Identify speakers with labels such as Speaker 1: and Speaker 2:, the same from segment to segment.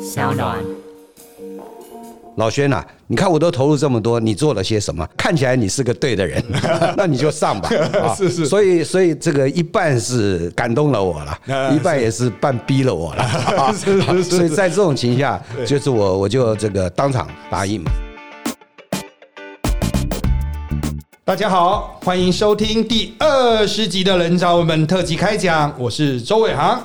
Speaker 1: 小暖。
Speaker 2: 老轩呐、你看我都投入这么多，你做了些什么？看起来你是个对的人， 那你就上 吧。啊、
Speaker 3: 是是
Speaker 2: 所以所以这个一半是感动了我
Speaker 3: 啊
Speaker 2: 了，一半也是半逼了我了。啊
Speaker 3: 是是是
Speaker 2: 所以在这种情况下，就是我我就这个当场答应嘛。
Speaker 3: 大家好，欢迎收听第二十集的《人潮们特辑》开讲，我是周伟航。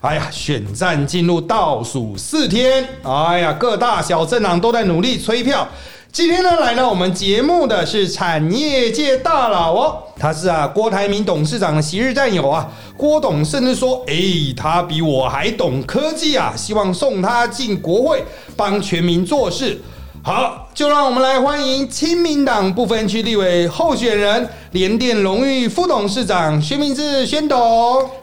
Speaker 3: 哎呀，选战进入倒数四天，哎呀，各大小政党都在努力催票。今天呢，来到我们节目的是产业界大佬哦，他是啊郭台铭董事长的昔日战友啊。郭董甚至说，哎、他比我还懂科技啊，希望送他进国会，帮全民做事。好，就让我们来欢迎亲民党不分区立委候选人、联电荣誉副董事长薛明志薛董。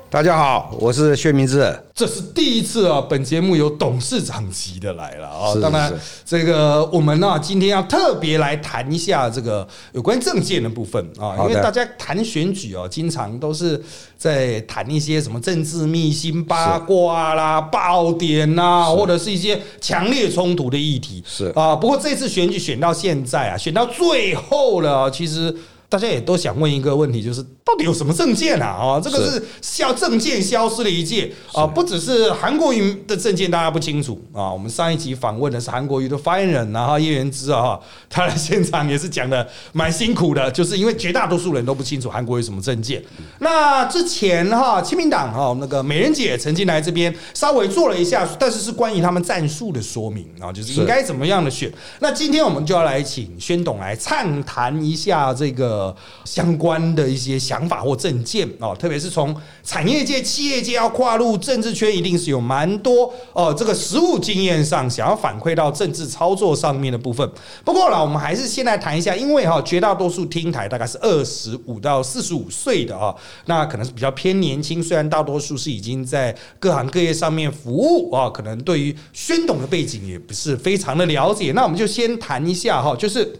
Speaker 2: 大家好，我是薛明志。
Speaker 3: 这是第一次啊，本节目有董事长级的来了啊、
Speaker 2: 是
Speaker 3: 当然
Speaker 2: 是，
Speaker 3: 这个我们呢、今天要特别来谈一下这个有关政见的部分啊，因
Speaker 2: 好
Speaker 3: 为
Speaker 2: 的
Speaker 3: 大家谈选举哦，经常都是在谈一些什么政治秘辛、八卦啦、爆点啦，或者是一些强烈冲突的议题。
Speaker 2: 是
Speaker 3: 啊，不过这次选举选到现在啊，选到最后了啊，其实。大家也都想问一个问题，就是到底有什么证件啊？啊，这个
Speaker 2: 是
Speaker 3: 是消证件消失的一届啊，不只是韩国瑜的证件大家不清楚啊。我们上一集访问的是韩国瑜的发言人，然后叶元之啊，哈他来现场也是讲的蛮辛苦的，就是因为绝大多数人都不清楚韩国瑜什么证件。那之前哈，亲民党哈那个美人姐曾经来这边稍微做了一下，但是是关于他们战术的说明啊，就是应该怎么样的选。那今天我们就要来请宣董来畅谈一下这个相关的一些想法或政见哦，特别是从产业界、企业界要跨入政治圈，一定是有蛮多哦这个实务经验上想要反馈到政治操作上面的部分。不过啦，我们还是先来谈一下，因为哈、哦绝大多数听台大概是二十五到四十五岁的啊、那可能是比较偏年轻，虽然大多数是已经在各行各业上面服务啊、可能对于宣董的背景也不是非常的了解。那我们就先谈一下哈、就是。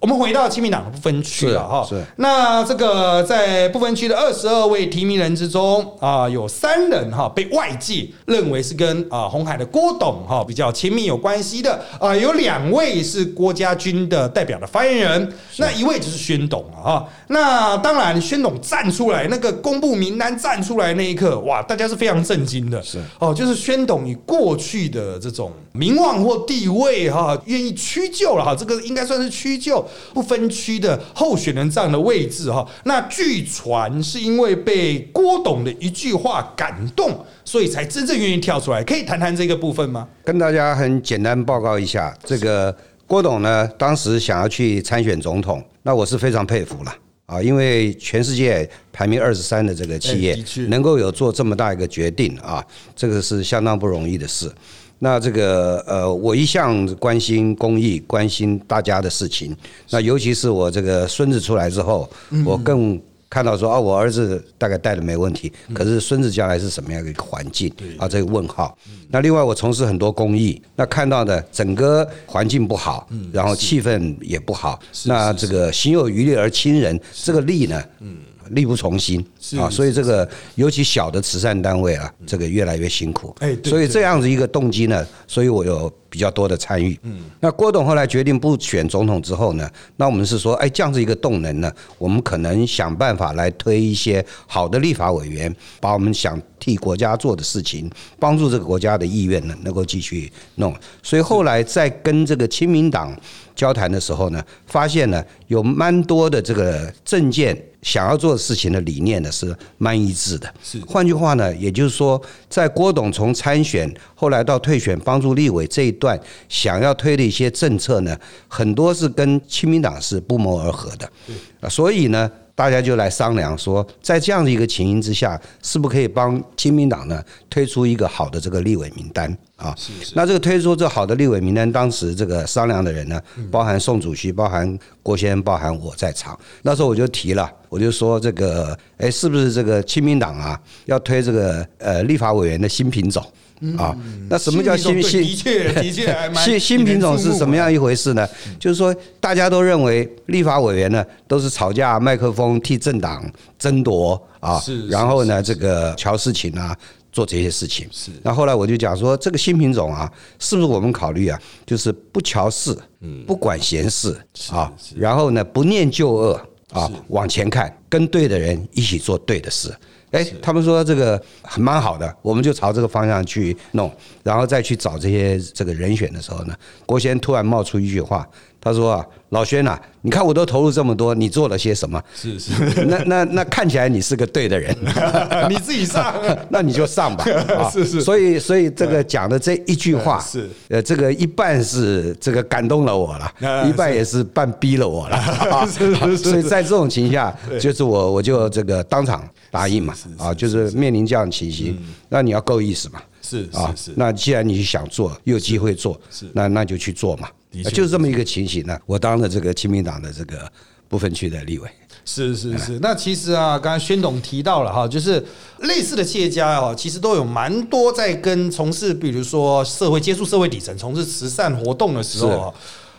Speaker 3: 我们回到亲民党的不分区了哦哈
Speaker 2: 是是，
Speaker 3: 那这个在不分区的二十二位提名人之中啊，有三人哈被外界认为是跟啊红海的郭董哈比较亲密有关系的啊，有两位是郭家军的代表的发言人，那一位就是宣董啊哈。那当然，宣董站出来那个公布名单站出来那一刻，哇，大家是非常震惊的，
Speaker 2: 是
Speaker 3: 哦，就是宣董以过去的这种名望或地位哈，愿意屈就了哈，这个应该算是屈就不分区的候选人这样的位置哈。那据传是因为被郭董的一句话感动，所以才真正愿意跳出来。可以谈谈这个部分吗？
Speaker 2: 跟大家很简单报告一下，这个郭董呢，当时想要去参选总统，那我是非常佩服了啊，因为全世界排名二十三的这个企
Speaker 3: 哎
Speaker 2: 业
Speaker 3: 的确，
Speaker 2: 能够有做这么大一个决定啊，这个是相当不容易的事。那这个呃，我一向关心公益，关心大家的事情。那尤其是我这个孙子出来之后，
Speaker 3: 嗯
Speaker 2: 我更看到说啊，我儿子大概带的没问题，
Speaker 3: 嗯
Speaker 2: 可是孙子将来是什么样的一个环境啊？这个问号。
Speaker 3: 嗯
Speaker 2: 那另外我从事很多公益，那看到的整个环境不好，
Speaker 3: 嗯
Speaker 2: 然后气氛也不好，那这个心有余力而亲仁，这个力呢，力不从心
Speaker 3: 嗯是
Speaker 2: 啊，
Speaker 3: 是
Speaker 2: 所以这个尤其小的慈善单位啊，这个越来越辛苦。
Speaker 3: 哎对
Speaker 2: 所以这样子一个动机呢，所以我有比较多的参与。嗯，那郭董后来决定不选总统之后呢，那我们是说，哎，这样子一个动能呢，我们可能想办法来推一些好的立法委员，把我们想替国家做的事情，帮助这个国家的意愿呢，能够继续弄。所以后来在跟这个亲民党交谈的时候呢，发现呢有蛮多的这个政见想要做的事情的理念呢是蛮一致的。
Speaker 3: 是
Speaker 2: 换句话呢，也就是说，在郭董从参选后来到退选帮助立委这一段，想要推的一些政策呢，很多是跟亲民党是不谋而合的。啊所以呢。大家就来商量说，在这样的一个情形之下，是不是可以帮亲民党呢推出一个好的这个立委名单啊？那这个推出这好的立委名单，当时这个商量的人呢，
Speaker 3: 嗯
Speaker 2: 包含宋主席，包含郭先生，包含我在场。那时候我就提了，我就说这个，哎，是不是这个亲民党啊，要推这个呃立法委员的新品种
Speaker 3: 嗯
Speaker 2: 啊？那什么叫新
Speaker 3: 对
Speaker 2: 新
Speaker 3: 的确，的确还蛮
Speaker 2: 新新品种是什么
Speaker 3: 样？
Speaker 2: 样一回事呢？
Speaker 3: 嗯
Speaker 2: 就是说，大家都认为立法委员呢都是吵架麦克风替政党争夺啊
Speaker 3: 是，
Speaker 2: 然后呢这个瞧事情啊。做这些事情。
Speaker 3: 是
Speaker 2: 那后来我就讲说，这个新品种啊，是不是我们考虑啊，就是不瞧事，不管闲事啊，然后呢不念旧恶啊，往前看，跟对的人一起做对的事。哎，他们说这个很蛮好的，我们就朝这个方向去弄，然后再去找这些这个人选的时候呢，国贤突然冒出一句话，他说啊，老轩啊，你看我都投入这么多，你做了些什么？
Speaker 3: 是 是，
Speaker 2: 那那那看起来你是个对的人，
Speaker 3: 你自 己上
Speaker 2: 那你就上吧。啊
Speaker 3: 是是
Speaker 2: 所以所以这个讲的这一句话
Speaker 3: 嗯是，
Speaker 2: 呃，这个一半是这个感动了 我了，
Speaker 3: 嗯
Speaker 2: 一半也是半逼了我了。 啊
Speaker 3: 是是是
Speaker 2: 所以在这种情况下，就是我我就这个当场答应嘛，啊，就是面临这样的情形，那你要够意思嘛。
Speaker 3: 嗯是是
Speaker 2: 啊，
Speaker 3: 是，
Speaker 2: 那既然你想做，又有机会做，那那就去做嘛呃
Speaker 3: 的，确
Speaker 2: 就是这么一个情形呢。我当了这个亲民党的这个不分区的立委。
Speaker 3: 是是是，那其实啊，刚才宣董提到了哈，就是类似的企业家哦，其实都有蛮多在跟从事，比如说社会接触社会底层、从事慈善活动的时候啊，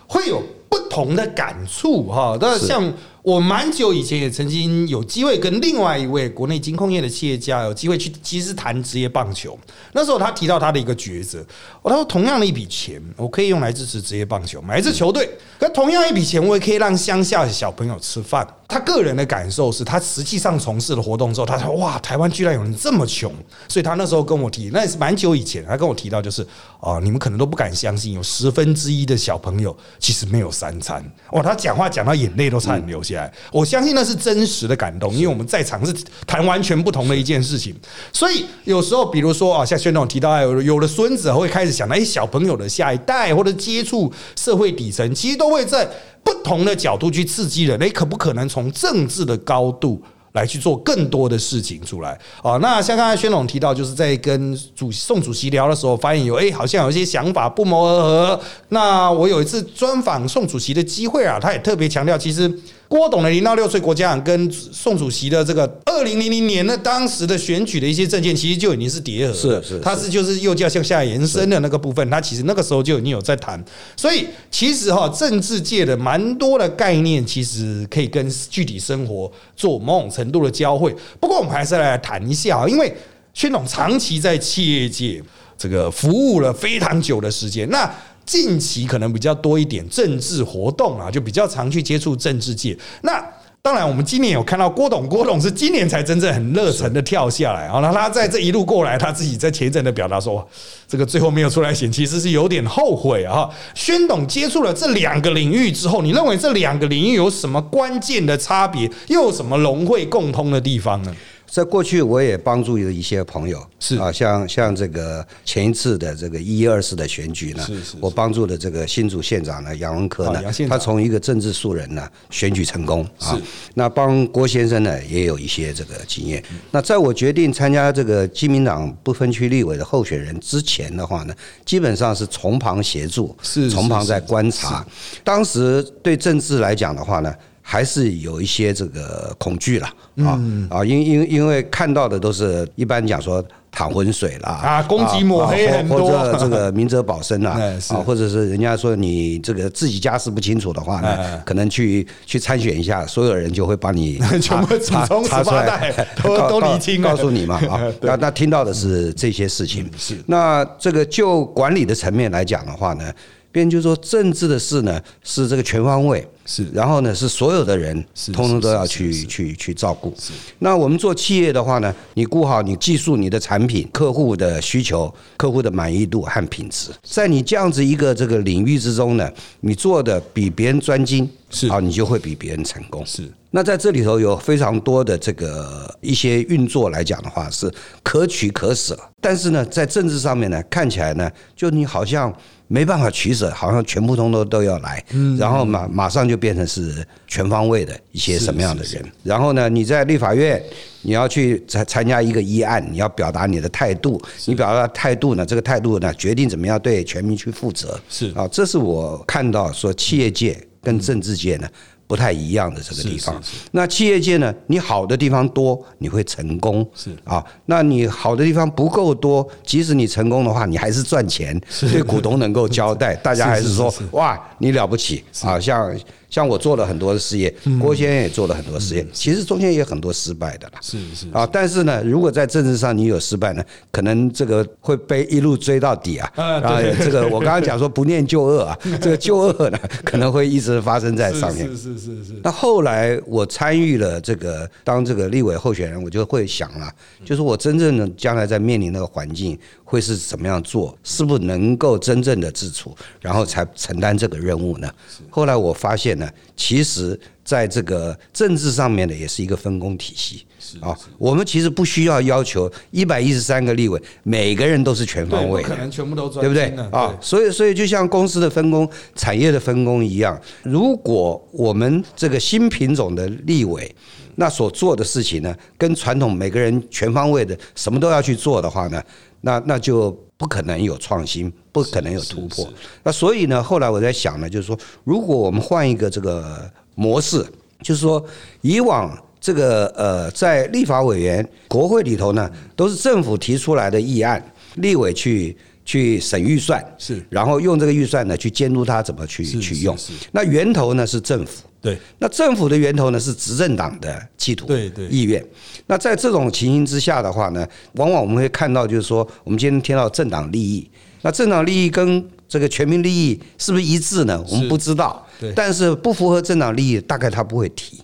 Speaker 3: 会有不同的感触哈。那
Speaker 2: 是
Speaker 3: 像我蛮久以前也曾经有机会跟另外一位国内金控业的企业家有机会去，其实谈职业棒球。那时候他提到他的一个抉择，哦，他说同样的一笔钱，我可以用来支持职业棒球，买一支球队；可同样一笔钱，我也可以让乡下的小朋友吃饭。他个人的感受是他实际上从事了活动之后，他说：“哇，台湾居然有人这么穷。”所以他那时候跟我提，那也是蛮久以前，他跟我提到就是哦，你们可能都不敢相信，有十分之一的小朋友其实没有三餐。哇，他讲话讲到眼泪都差点流下来。我相信那是真实的感动，因为我们在场是谈完全不同的一件事情。所以有时候，比如说啊，像宣总提到，有有的孙子会开始想，哎，小朋友的下一代或者接触社会底层，其实都会在不同的角度去刺激人，诶，可不可能从政治的高度？来去做更多的事情出来啊！那像刚才宣总提到，就是在跟主宋主席聊的时候，发现有诶，好像有一些想法不谋而合。那我有一次专访宋主席的机会啊，他也特别强调，其实郭董的零到六岁国家党跟宋主席的这个二零零零年的当时的选举的一些政见，其实就已经是叠合了，
Speaker 2: 是是
Speaker 3: 他是就是右教向下延伸的那个部分，他其实那个时候就已经有在谈。所以其实哈，政治界的蛮多的概念，其实可以跟具体生活做某种程度的交汇。不过我们还是来谈一下啊，因为宣总长期在企业界这个服务了非常久的时间，那。近期可能比较多一点政治活动啊，就比较常去接触政治界。那当然，我们今年有看到郭董，郭董是今年才真正很热忱的跳下来啊。那他在这一路过来，他自己在前一阵的表达说，哇这个最后没有出来选，其实是有点后悔啊。宣董接触了这两个领域之后，你认为这两个领域有什么关键的差别，又有什么融会共通的地方呢？
Speaker 2: 在过去，我也帮助了一些朋友，
Speaker 3: 是
Speaker 2: 啊，像像这个前一次的这个一二四的选举呢，
Speaker 3: 是是是
Speaker 2: 我帮助了这个新竹县长呢杨文科
Speaker 3: 啊
Speaker 2: 呢
Speaker 3: 杨县，长
Speaker 2: 他从一个政治素人呢选举成功啊
Speaker 3: 是，
Speaker 2: 那帮郭先生呢也有一些这个经验。那在我决定参加这个基民党不分区立委的候选人之前的话呢，基本上是从旁协助，
Speaker 3: 是
Speaker 2: 从旁
Speaker 3: 是
Speaker 2: 在观察。当时对政治来讲的话呢，还是有一些这个恐惧了啊
Speaker 3: 嗯
Speaker 2: 啊，因因因为看到的都是一般讲说淌浑水啦
Speaker 3: 啊攻击抹黑
Speaker 2: 啊或
Speaker 3: 很多
Speaker 2: 或者这个明哲保身啦
Speaker 3: 哎是
Speaker 2: 啊，或者是人家说你这个自己家事不清楚的话
Speaker 3: 哎
Speaker 2: 呢
Speaker 3: 哎，
Speaker 2: 可能去去参选一下，所有人就会把 你
Speaker 3: 全部
Speaker 2: 查
Speaker 3: 祖宗
Speaker 2: 查
Speaker 3: 十
Speaker 2: 出
Speaker 3: 八
Speaker 2: 来
Speaker 3: 代 都
Speaker 2: 告
Speaker 3: 都
Speaker 2: 告
Speaker 3: 厘清了嗯
Speaker 2: 告诉你嘛 啊，那那听到的是这些事情。
Speaker 3: 是
Speaker 2: 那这个就管理的层面来讲的话呢，别人就说政治的事呢是这个全方位，
Speaker 3: 是
Speaker 2: 然后呢是所有的人
Speaker 3: 是
Speaker 2: 通通都要
Speaker 3: 是是
Speaker 2: 去
Speaker 3: 是
Speaker 2: 去去照顾。那我们做企业的话呢，你顾好你技术、你的产品、客户的需求、客户的满意度和品质，在你这样子一个这个领域之中呢，你做的比别人专精，
Speaker 3: 是
Speaker 2: 啊，你就会比别人成功。
Speaker 3: 是
Speaker 2: 那在这里头有非常多的这个一些运作来讲的话，是可取可舍。但是呢，在政治上面呢，看起来呢，就你好像没办法取舍，好像全部通通都要来，然后马马上就变成是全方位的一些什么样的人。然后呢，你在立法院，你要去参参加一个议案，你要表达你的态度，你表达态度呢，这个态度呢，决定怎么样对全民去负责。
Speaker 3: 是
Speaker 2: 啊，这是我看到说企业界跟政治界呢不太一样的这个地方。那企业界呢，你好的地方多，你会成功。
Speaker 3: 是
Speaker 2: 啊，那你好的地方不够多，即使你成功的话，你还是赚钱，对股东能够交代，大家还是说哇，你了不起啊！像像我做了很多的事业，郭先生也做了很多事业，其实中间也有很多失败的啦。
Speaker 3: 是是
Speaker 2: 啊，但是呢，如果在政治上你有失败呢，可能这个会被一路追到底啊。
Speaker 3: 啊对
Speaker 2: 这个我刚刚讲说不念旧恶 啊，这个旧恶呢，可能会一直发生在
Speaker 3: 是
Speaker 2: 上面。
Speaker 3: 是是是是，
Speaker 2: 那后来我参与了这个当这个立委候选人，我就会想了，
Speaker 3: 嗯
Speaker 2: 就是我真正的将来在面临那个环境会是怎么样做，是不是能够真正的自处，然后才承担这个任务呢？后来我发现呢，其实在这个政治上面呢，也是一个分工体系。啊，我们其实不需要要求一百一十三个立委每个人都是全
Speaker 3: 对，
Speaker 2: 方
Speaker 3: 不
Speaker 2: 位的
Speaker 3: 可，能全部都专
Speaker 2: 对不对
Speaker 3: 心的
Speaker 2: 啊？所以，所以就像公司的分工、产业的分工一样，如果我们这个新品种的立委，那所做的事情呢，跟传统每个人全方位的什么都要去做的话呢，那那就不可能有创新，不可能有突破。那所以呢，后来我在想呢，就是说，如果我们换一个这个模式，就是说，以往这个呃，在立法委员国会里头呢，都是政府提出来的议案，立委去去审预算，
Speaker 3: 是
Speaker 2: 然后用这个预算呢去监督他怎么去
Speaker 3: 是
Speaker 2: 去
Speaker 3: 是
Speaker 2: 用
Speaker 3: 是。
Speaker 2: 那源头呢是政府，
Speaker 3: 对
Speaker 2: 那政府的源头呢是执政党的企图、
Speaker 3: 对对
Speaker 2: 意愿。那在这种情形之下的话呢，往往我们会看到，就是说，我们今天听到政党利益，那政党利益跟这个全民利益是不是一致呢？我们不知道
Speaker 3: 对，
Speaker 2: 但是不符合政党利益，大概他不会提。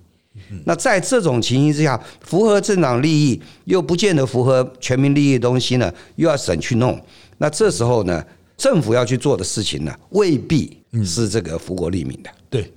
Speaker 3: 嗯
Speaker 2: 那在这种情形之下，符合政党利益又不见得符合全民利益的东西呢，又要省去弄。那这时候呢，政府要去做的事情呢，未必
Speaker 3: 嗯
Speaker 2: 是这个福国利民的。
Speaker 3: 对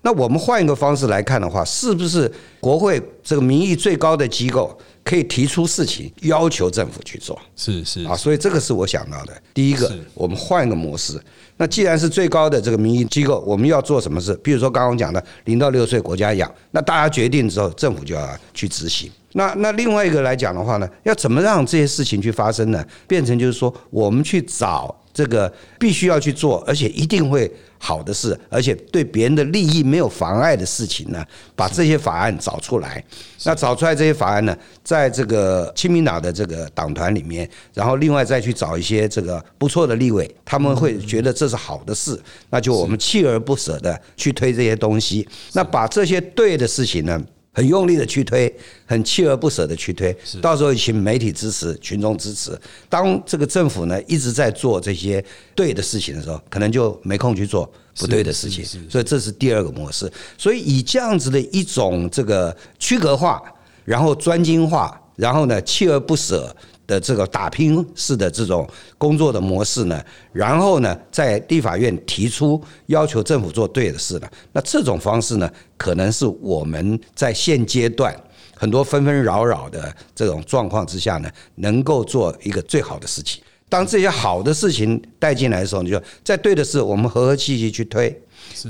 Speaker 2: 那我们换一个方式来看的话，是不是国会这个民意最高的机构可以提出事情，要求政府去做
Speaker 3: 是是
Speaker 2: 啊？所以这个是我想到的。第一个
Speaker 3: 是，
Speaker 2: 我们换一个模式。那既然是最高的这个民意机构，我们要做什么事？比如说刚刚我讲的，零到六岁国家养，那大家决定之后，政府就要去执行。那那另外一个来讲的话呢，要怎么让这些事情去发生呢？变成就是说，我们去找这个必须要去做，而且一定会好的事，而且对别人的利益没有妨碍的事情呢，把这些法案找出来。那找出来这些法案呢，在这个亲民党的这个党团里面，然后另外再去找一些这个不错的立委，他们会觉得这是好的事，那就我们锲而不舍的去推这些东西。那把这些对的事情呢，很用力的去推，很锲而不舍的去推，到时候请媒体支持、群众支持。当这个政府呢一直在做这些对的事情的时候，可能就没空去做不对的事情
Speaker 3: 是是，
Speaker 2: 所以这是第二个模式。所以以这样子的一种这个区隔化，然后专精化，然后呢锲而不舍。的这个打拼式的这种工作的模式呢，然后呢，在立法院提出要求政府做对的事呢，那这种方式呢，可能是我们在现阶段很多纷纷扰扰的这种状况之下呢，能够做一个最好的事情。当这些好的事情带进来的时候，你就在对的事，我们和和气气去推。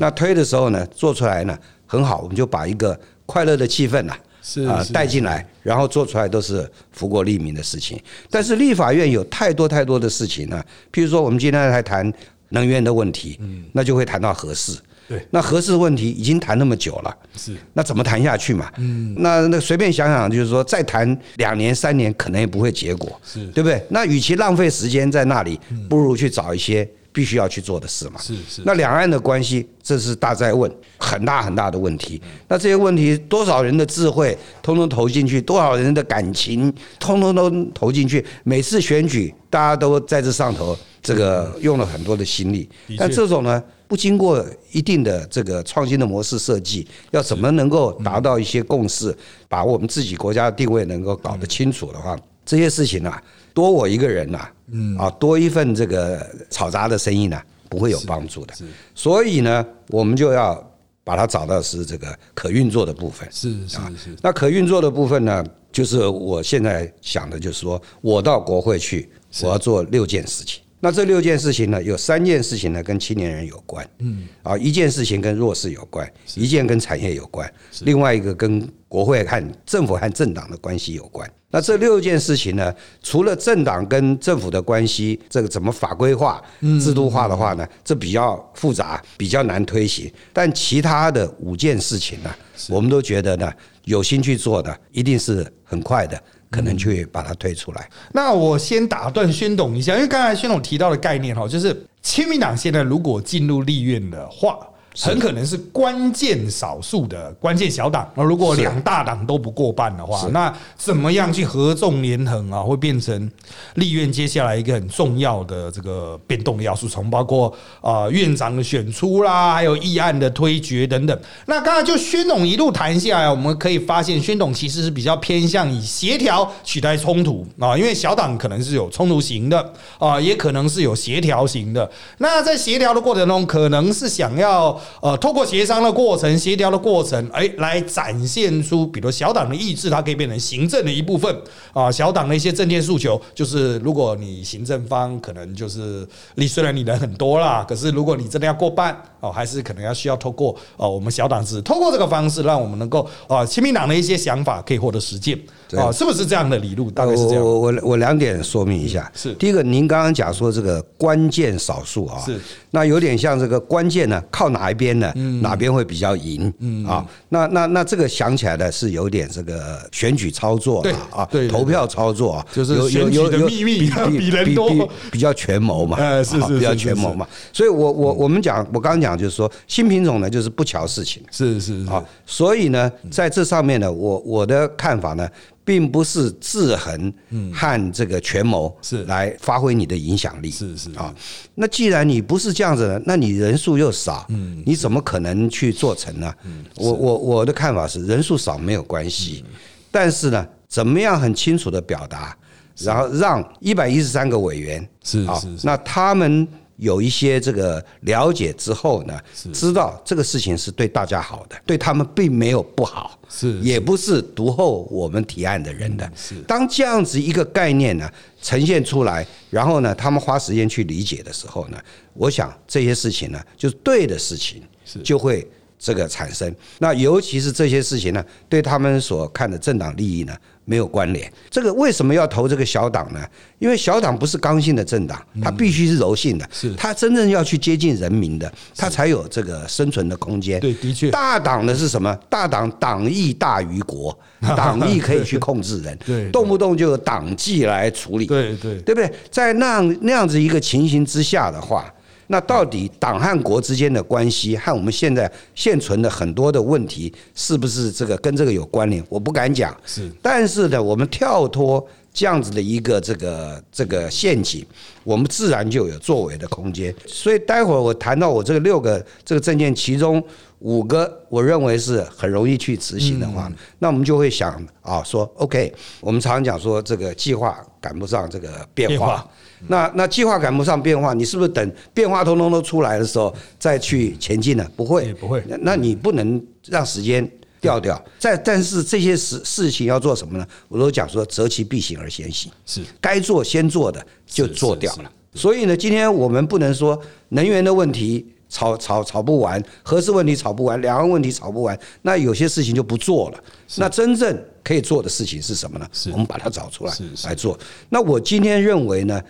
Speaker 2: 那推的时候呢，做出来呢很好，我们就把一个快乐的气氛呐、
Speaker 3: 是
Speaker 2: 啊
Speaker 3: 是
Speaker 2: 带进来，然后做出来都是福国利民的事情。但是立法院有太多太多的事情呢，譬如说我们今天来谈能源的问题，
Speaker 3: 嗯
Speaker 2: 那就会谈到核适。
Speaker 3: 对，
Speaker 2: 那核适问题已经谈那么久了，
Speaker 3: 是
Speaker 2: 那怎么谈下去嘛？嗯，那那随便想想，就是说再谈两年三年，可能也不会结果，
Speaker 3: 是
Speaker 2: 对不对？那与其浪费时间在那里，不如去找一些必须要去做的事嘛。
Speaker 3: 是是
Speaker 2: 那两岸的关系，这是大在问，很大很大的问题。那这些问题，多少人的智慧通通投进去，多少人的感情通通都投进去。每次选举，大家都在这上头，这个用了很多的心力
Speaker 3: 的确。
Speaker 2: 但这种呢，不经过一定的这个创新的模式设计，要怎么能够达到一些共识，把我们自己国家的定位能够搞得清楚的话，这些事情啊，多我一个人呐、嗯啊，多一份这个吵杂的声音呢、啊不会有帮助的。所以呢，我们就要把它找到是这个可运作的部分。
Speaker 3: 是是是，
Speaker 2: 那可运作的部分呢，就是我现在想的，就是说我到国会去，我要做六件事情。那这六件事情呢，有三件事情呢跟青年人有关，嗯，啊，一件事情跟弱势有关，一件跟产业有关，另外一个跟国会和政府和政党的关系有关。那这六件事情呢，除了政党跟政府的关系，这个怎么法规化、制度化的话呢，这比较复杂，比较难推行。但其他的五件事情呢，我们都觉得呢，有心去做的，一定是很快的，可能去把它推出来。
Speaker 3: 那我先打断宣董一下，因为刚才宣董提到的概念哈，就是亲民党现在如果进入立院的话，很可能是关键少数的关键小党。那如果
Speaker 2: 是
Speaker 3: 两大党都不过半的话
Speaker 2: 是，
Speaker 3: 那怎么样去合纵连横啊？会变成立院接下来一个很重要的这个变动的要素，从包括啊、呃院长的选出啦，还有议案的推决等等。那刚才就宣董一路谈下来，我们可以发现宣董其实是比较偏向以协调取代冲突啊，因为小党可能是有冲突型的啊，也可能是有协调型的。那在协调的过程中，可能是想要呃，透过协商的过程、协调的过程，哎，来展现出，比如小党的意志，它可以变成行政的一部分啊。小党的一些政见诉求，就是如果你行政方可能就是你虽然你人很多啦，可是如果你真的要过半哦，还是可能要需要透过哦我们小党制，透过这个方式，让我们能够啊，亲民党的一些想法可以获得实践
Speaker 2: 对
Speaker 3: 啊，是不是这样的理路？大概是这样。
Speaker 2: 我我我两点说明一下，
Speaker 3: 是
Speaker 2: 第一个，您刚刚讲说这个关键少数啊，
Speaker 3: 是
Speaker 2: 那有点像这个关键呢，靠哪一边呢？
Speaker 3: 嗯
Speaker 2: 哪边会比较赢？啊，那那那这个想起来呢是有点这个选举操作
Speaker 3: 对
Speaker 2: 了啊
Speaker 3: 对，
Speaker 2: 投票操操作啊，
Speaker 3: 就是
Speaker 2: 有
Speaker 3: 选
Speaker 2: 有
Speaker 3: 举
Speaker 2: 有
Speaker 3: 的
Speaker 2: 有
Speaker 3: 秘密
Speaker 2: 比
Speaker 3: 比
Speaker 2: 比
Speaker 3: 人
Speaker 2: 比
Speaker 3: 多
Speaker 2: 比比较权谋嘛，
Speaker 3: 哎是
Speaker 2: 啊
Speaker 3: 是
Speaker 2: 比较
Speaker 3: 是是
Speaker 2: 权谋
Speaker 3: 是
Speaker 2: 嘛，所以我我我们讲，我刚刚讲就是说，新品种呢就是不瞧事情。
Speaker 3: 是是是
Speaker 2: 啊，所以呢，在这上面呢，我我的看法呢，并不是制衡和这个权谋
Speaker 3: 嗯是
Speaker 2: 来发挥你的影响力。
Speaker 3: 是是
Speaker 2: 啊，那既然你不是这样子的，那你人数又少，
Speaker 3: 嗯
Speaker 2: 你怎么可能去做成呢？我我我的看法是，人数少没有关系，
Speaker 3: 嗯
Speaker 2: 但是呢，怎么样很清楚的表达，然后让一百一十三个委员
Speaker 3: 是
Speaker 2: 啊
Speaker 3: 是是，
Speaker 2: 那他们有一些这个了解之后呢，知道这个事情是对大家好的，对他们并没有不好，
Speaker 3: 是嗯
Speaker 2: 也不是独后我们提案的人的。当这样子一个概念呢呈现出来，然后呢，他们花时间去理解的时候呢，我想这些事情呢，就是对的事情，就会。这个产生，那尤其是这些事情呢，对他们所看的政党利益呢没有关联。这个为什么要投这个小党呢？因为小党不是刚性的政党，它必须是柔性的，
Speaker 3: 嗯是
Speaker 2: 它真正要去接近人民的，它才有这个生存的空间。
Speaker 3: 对的确
Speaker 2: 大党的是什么？大党党意大于国， 党意可以去控制人，
Speaker 3: 对对
Speaker 2: 动不动就有党纪来处理，
Speaker 3: 对对
Speaker 2: 对不对？在那样那样子一个情形之下的话，那到底党和国之间的关系和我们现在现存的很多的问题，是不是这个跟这个有关联？我不敢讲。
Speaker 3: 是
Speaker 2: 但是呢，我们跳脱这样子的一个这个这个陷阱，我们自然就有作为的空间。所以待会儿我谈到我这个六个这个证件，其中五个我认为是很容易去执行的话，那我们就会想啊，说 OK，我们常讲说这个计划赶不上这个变化。
Speaker 3: 变化
Speaker 2: 那那计划赶不上变化，你是不是等变化通通都出来的时候再去前进呢？不会
Speaker 3: 也，不会嗯
Speaker 2: 那那你不能让时间掉掉。再但是这些事事情要做什么呢？我都讲说择其必行而先行，
Speaker 3: 是
Speaker 2: 该做先做的就做掉
Speaker 3: 是是嗯
Speaker 2: 了。所以呢，今天我们不能说能源的问题吵吵吵不完，核事问题吵不完，两岸问题吵不完，那有些事情就不做了。那真正可以做的事情是什么呢？
Speaker 3: 是
Speaker 2: 我们把它找出来
Speaker 3: 是是
Speaker 2: 来做。那我今天认为呢，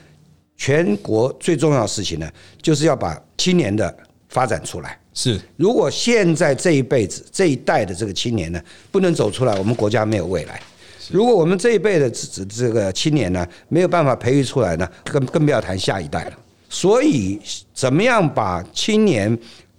Speaker 2: 全国最重要的事情呢，就是要把青年的发展出来。
Speaker 3: 是
Speaker 2: 如果现在这一辈子这一代的这个青年呢，不能走出来，我们国家没有未来。如果我们这一辈的这这个青年呢，没有办法培育出来呢，更更不要谈下一代了。所以，怎么样把青年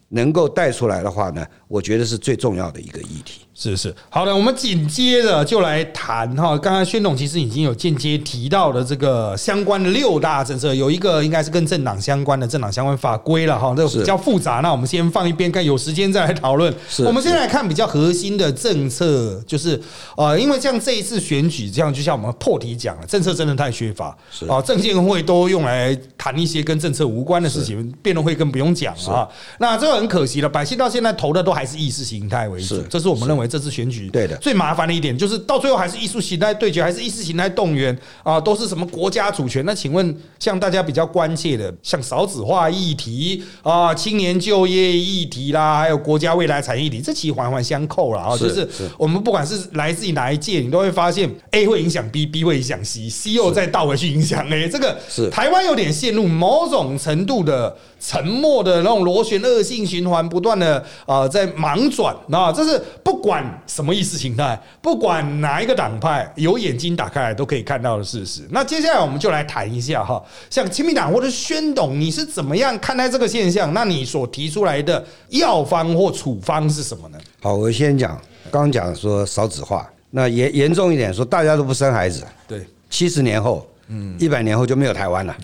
Speaker 2: 能够带出来的话呢？我觉得是最重要的一个议题。
Speaker 3: 是是，好的，我们紧接着就来谈哈，刚刚宣董其实已经有间接提到的这个相关的六大政策，有一个应该是跟政党相关的政党相关法规了哈，这个比
Speaker 2: 是
Speaker 3: 较复杂，那我们先放一边，看有时间再来讨论。
Speaker 2: 是
Speaker 3: 我们先来看比较核心的政策，就是呃，因为像这一次选举，这样就像我们破题讲了，政策真的太缺乏
Speaker 2: 是
Speaker 3: 啊，证监会都用来谈一些跟政策无关的事情，辩论会更不用讲了啊。那这个很可惜了，百姓到现在投的都还是意识形态为主
Speaker 2: 是，
Speaker 3: 这是我们认为这次选举
Speaker 2: 对的
Speaker 3: 最麻烦的一点，就是到最后还是意识形态对决，还是意识形态动员啊，都是什么国家主权？那请问，像大家比较关切的，像少子化议题啊、青年就业议题啦，还有国家未来产业议题，这其实环环相扣了啊。
Speaker 2: 是
Speaker 3: 就是
Speaker 2: 是
Speaker 3: 我们不管是来自于哪一届，你都会发现 A 会影响 B，B 会影响 C，C 又再倒回去影响 A。这个
Speaker 2: 是
Speaker 3: 台湾有点陷入某种程度的沉呃默的那种螺旋恶性循环，不断的啊在忙转啊，这是不管。管什么意识形态，不管哪一个党派，有眼睛打开来都可以看到的事实。那接下来我们就来谈一下哈，像亲民党或者宣董，你是怎么样看待这个现象？那你所提出来的药方或处方是什么呢？
Speaker 2: 好，我先讲，刚讲说少子化，那严严重一点说，大家都不生孩子，
Speaker 3: 对
Speaker 2: 七十年后，嗯，一百年后就没有台湾了，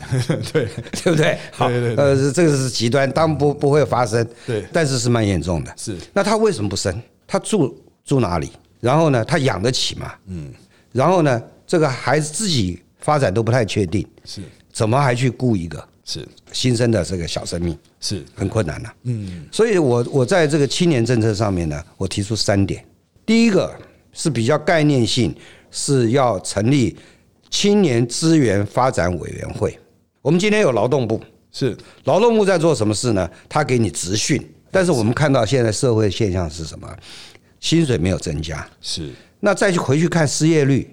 Speaker 3: 对，
Speaker 2: 对不对？好，
Speaker 3: 对对对
Speaker 2: 呃，这个是极端，当然不不会发生，
Speaker 3: 对
Speaker 2: 但是是蛮严重的。
Speaker 3: 是
Speaker 2: 那他为什么不生？他住住哪里？然后呢，他养得起吗？嗯，然后呢，这个孩子自己发展都不太确定，
Speaker 3: 是
Speaker 2: 怎么还去雇一个
Speaker 3: 是
Speaker 2: 新生的这个小生命？
Speaker 3: 是，
Speaker 2: 很困难呐、嗯，所以我我在这个青年政策上面呢，我提出三点。第一个是比较概念性，是要成立青年资源发展委员会。我们今天有劳动部，
Speaker 3: 是
Speaker 2: 劳动部在做什么事呢？他给你职训，但是我们看到现在社会现象是什么？薪水没有增加，
Speaker 3: 是
Speaker 2: 那再去回去看失业率。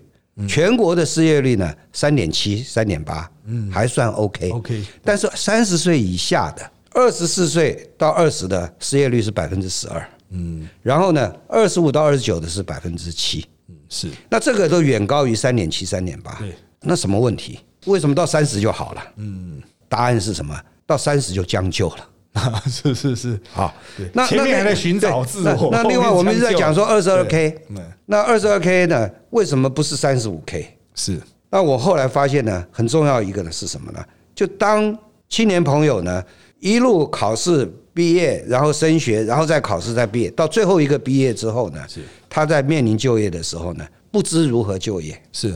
Speaker 2: 全国的失业率呢，三点七、三点八，嗯，还算 OK。
Speaker 3: OK
Speaker 2: 但是三十岁以下的，二十四岁到二十的失业率是百分之十二，嗯，然后呢，二十五到二十九的是百分之七，
Speaker 3: 是，
Speaker 2: 那这个都远高于三点七、三点八
Speaker 3: 对，
Speaker 2: 那什么问题？为什么到三十就好了？嗯，答案是什么？到三十就将就了。
Speaker 3: 是是是，
Speaker 2: 好
Speaker 3: 对，
Speaker 2: 那
Speaker 3: 前面还在寻找
Speaker 2: 对
Speaker 3: 自我
Speaker 2: 那
Speaker 3: 后
Speaker 2: 那另外
Speaker 3: 面
Speaker 2: 我们一直在
Speaker 3: 将
Speaker 2: 讲
Speaker 3: 就
Speaker 2: 说二十二 K，
Speaker 3: 对嗯
Speaker 2: 那二十二 K 呢，为什么不是三十五 K？
Speaker 3: 是
Speaker 2: 那我后来发现呢，很重要一个呢是什么呢？就当青年朋友呢一路考试毕业，然后升学，然后再考试再毕业，到最后一个毕业之后呢，他在面临就业的时候呢，不知如何就业，
Speaker 3: 是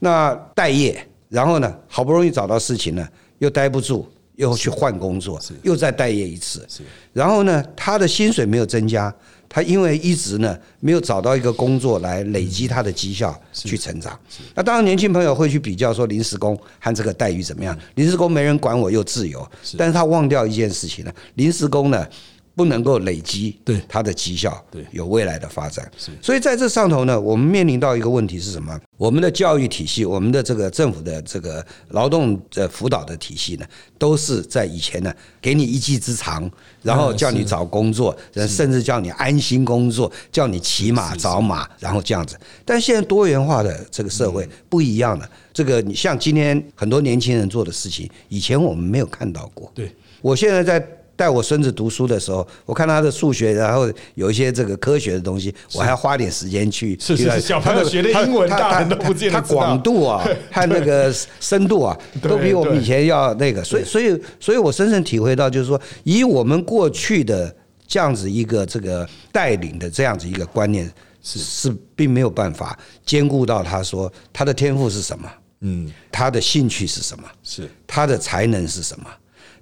Speaker 2: 那待业，然后呢，好不容易找到事情呢，又待不住，又去换工作，又再待业一次。然后呢，他的薪水没有增加，他因为一直呢没有找到一个工作来累积他的绩效去成长。那当然，年轻朋友会去比较说临时工和这个待遇怎么样？
Speaker 3: 嗯
Speaker 2: 临时工没人管我又自由，但是他忘掉一件事情呢，临时工呢。不能够累积
Speaker 3: 对
Speaker 2: 他的绩效，
Speaker 3: 对
Speaker 2: 有未来的发展。所以在这上头呢，我们面临到一个问题是什么？我们的教育体系，我们的这个政府的这个劳动的辅导的体系呢，都是在以前呢，给你一技之长，然后叫你找工作，然后甚至叫你安心工作，叫你骑马找马，然后这样子。但现在多元化的这个社会不一样了，这个你像今天很多年轻人做的事情，以前我们没有看到过。
Speaker 3: 对
Speaker 2: 我现在在带我孙子读书的时候，我看他的数学，然后有一些这个科学的东西，我还要花点时间去。
Speaker 3: 是是
Speaker 2: 去了解
Speaker 3: 是小朋友
Speaker 2: 他的
Speaker 3: 学的
Speaker 2: 他
Speaker 3: 英文
Speaker 2: 他
Speaker 3: 大人
Speaker 2: 他
Speaker 3: 都不见得
Speaker 2: 他
Speaker 3: 知道
Speaker 2: 广度 啊和那个深度啊，
Speaker 3: 对
Speaker 2: 都比我们
Speaker 3: 对
Speaker 2: 以前要那个。所以所以所以我深深体会到，就是说，以我们过去的这样子一个这个带领的这样子一个观念。是是，并没有办法兼顾到他说他的天赋是什么，
Speaker 3: 嗯
Speaker 2: 他的兴趣是什么，
Speaker 3: 是
Speaker 2: 他的才能是什么，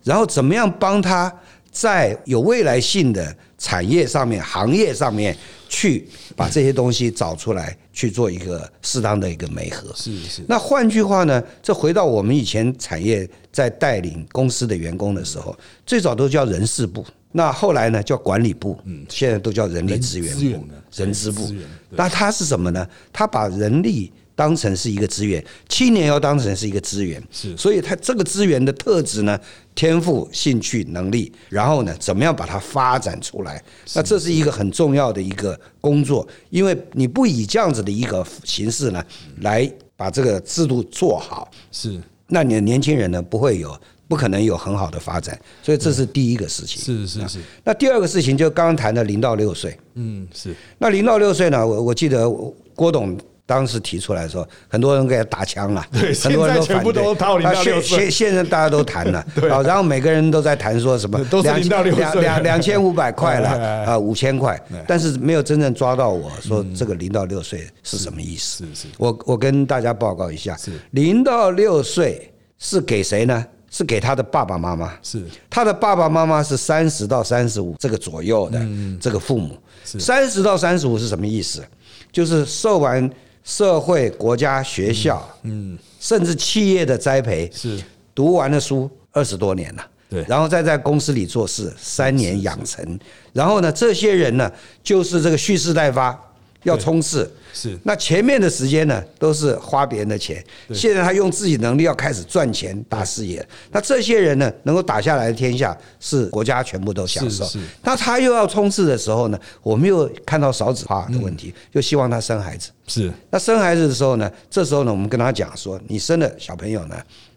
Speaker 2: 然后怎么样帮他在有未来性的产业上面、行业上面去把这些东西找出来，去做一个适当的一个媒合。
Speaker 3: 是是
Speaker 2: 那换句话呢，这回到我们以前产业在带领公司的员工的时候，最早都叫人事部，那后来呢叫管理部，现在都叫人力资源
Speaker 3: 嗯人资源
Speaker 2: 部
Speaker 3: 呢、
Speaker 2: 人资部
Speaker 3: 人资源。对
Speaker 2: 那它是什么呢？它把人力当成是一个资源，青年要当成是一个资源，
Speaker 3: 是
Speaker 2: 所以它这个资源的特质呢，天赋、兴趣、能力，然后呢，怎么样把它发展出来？那这是一个很重要的一个工作，因为你不以这样子的一个形式呢，来把这个制度做好，
Speaker 3: 是
Speaker 2: 那你的年轻人呢，不会有，不可能有很好的发展。所以这是第一个事情。
Speaker 3: 嗯
Speaker 2: 啊
Speaker 3: 是是是，
Speaker 2: 那第二个事情就刚刚谈的零到六岁，
Speaker 3: 嗯是
Speaker 2: 那零到六岁呢，我我记得郭董。当时提出来的时候，很多人给他打枪了，
Speaker 3: 对
Speaker 2: 很多人都
Speaker 3: 现在全部都到0
Speaker 2: 反对
Speaker 3: 到6岁
Speaker 2: 啊现现现在大家都谈了，
Speaker 3: 对
Speaker 2: 啊然后每个人都在谈说什么
Speaker 3: 都是
Speaker 2: 两
Speaker 3: 0到6岁
Speaker 2: 两两两千五 百块了
Speaker 3: 哎哎哎
Speaker 2: 啊，五千块
Speaker 3: 哎，
Speaker 2: 但是没有真正抓到我说这个零到六岁是什么意思。
Speaker 3: 是是
Speaker 2: 我我跟大家报告一下
Speaker 3: 是，
Speaker 2: 零到六岁是给谁呢？是给他的爸爸妈妈，
Speaker 3: 是
Speaker 2: 他的爸爸妈妈是三十到三十五这个左右的这个父母，三十到三十五是什么意思？就是受完社会、国家、学校，嗯，甚至企业的栽培，
Speaker 3: 是
Speaker 2: 读完了书二十多年了。
Speaker 3: 对
Speaker 2: 然后再在公司里做事，三年养成，然后呢，这些人呢，就是这个蓄势待发，要冲刺。
Speaker 3: 是
Speaker 2: 那前面的时间呢，都是花别人的钱，现在他用自己能力要开始赚钱打事业。那这些人呢，能够打下来的天下是国家全部都享受
Speaker 3: 是是。
Speaker 2: 那他又要冲刺的时候呢，我们又看到少子化的问
Speaker 3: 嗯
Speaker 2: 题，又希望他生孩子。
Speaker 3: 是
Speaker 2: 那生孩子的时候呢，这时候呢，我们跟他讲说，你生了小朋友呢，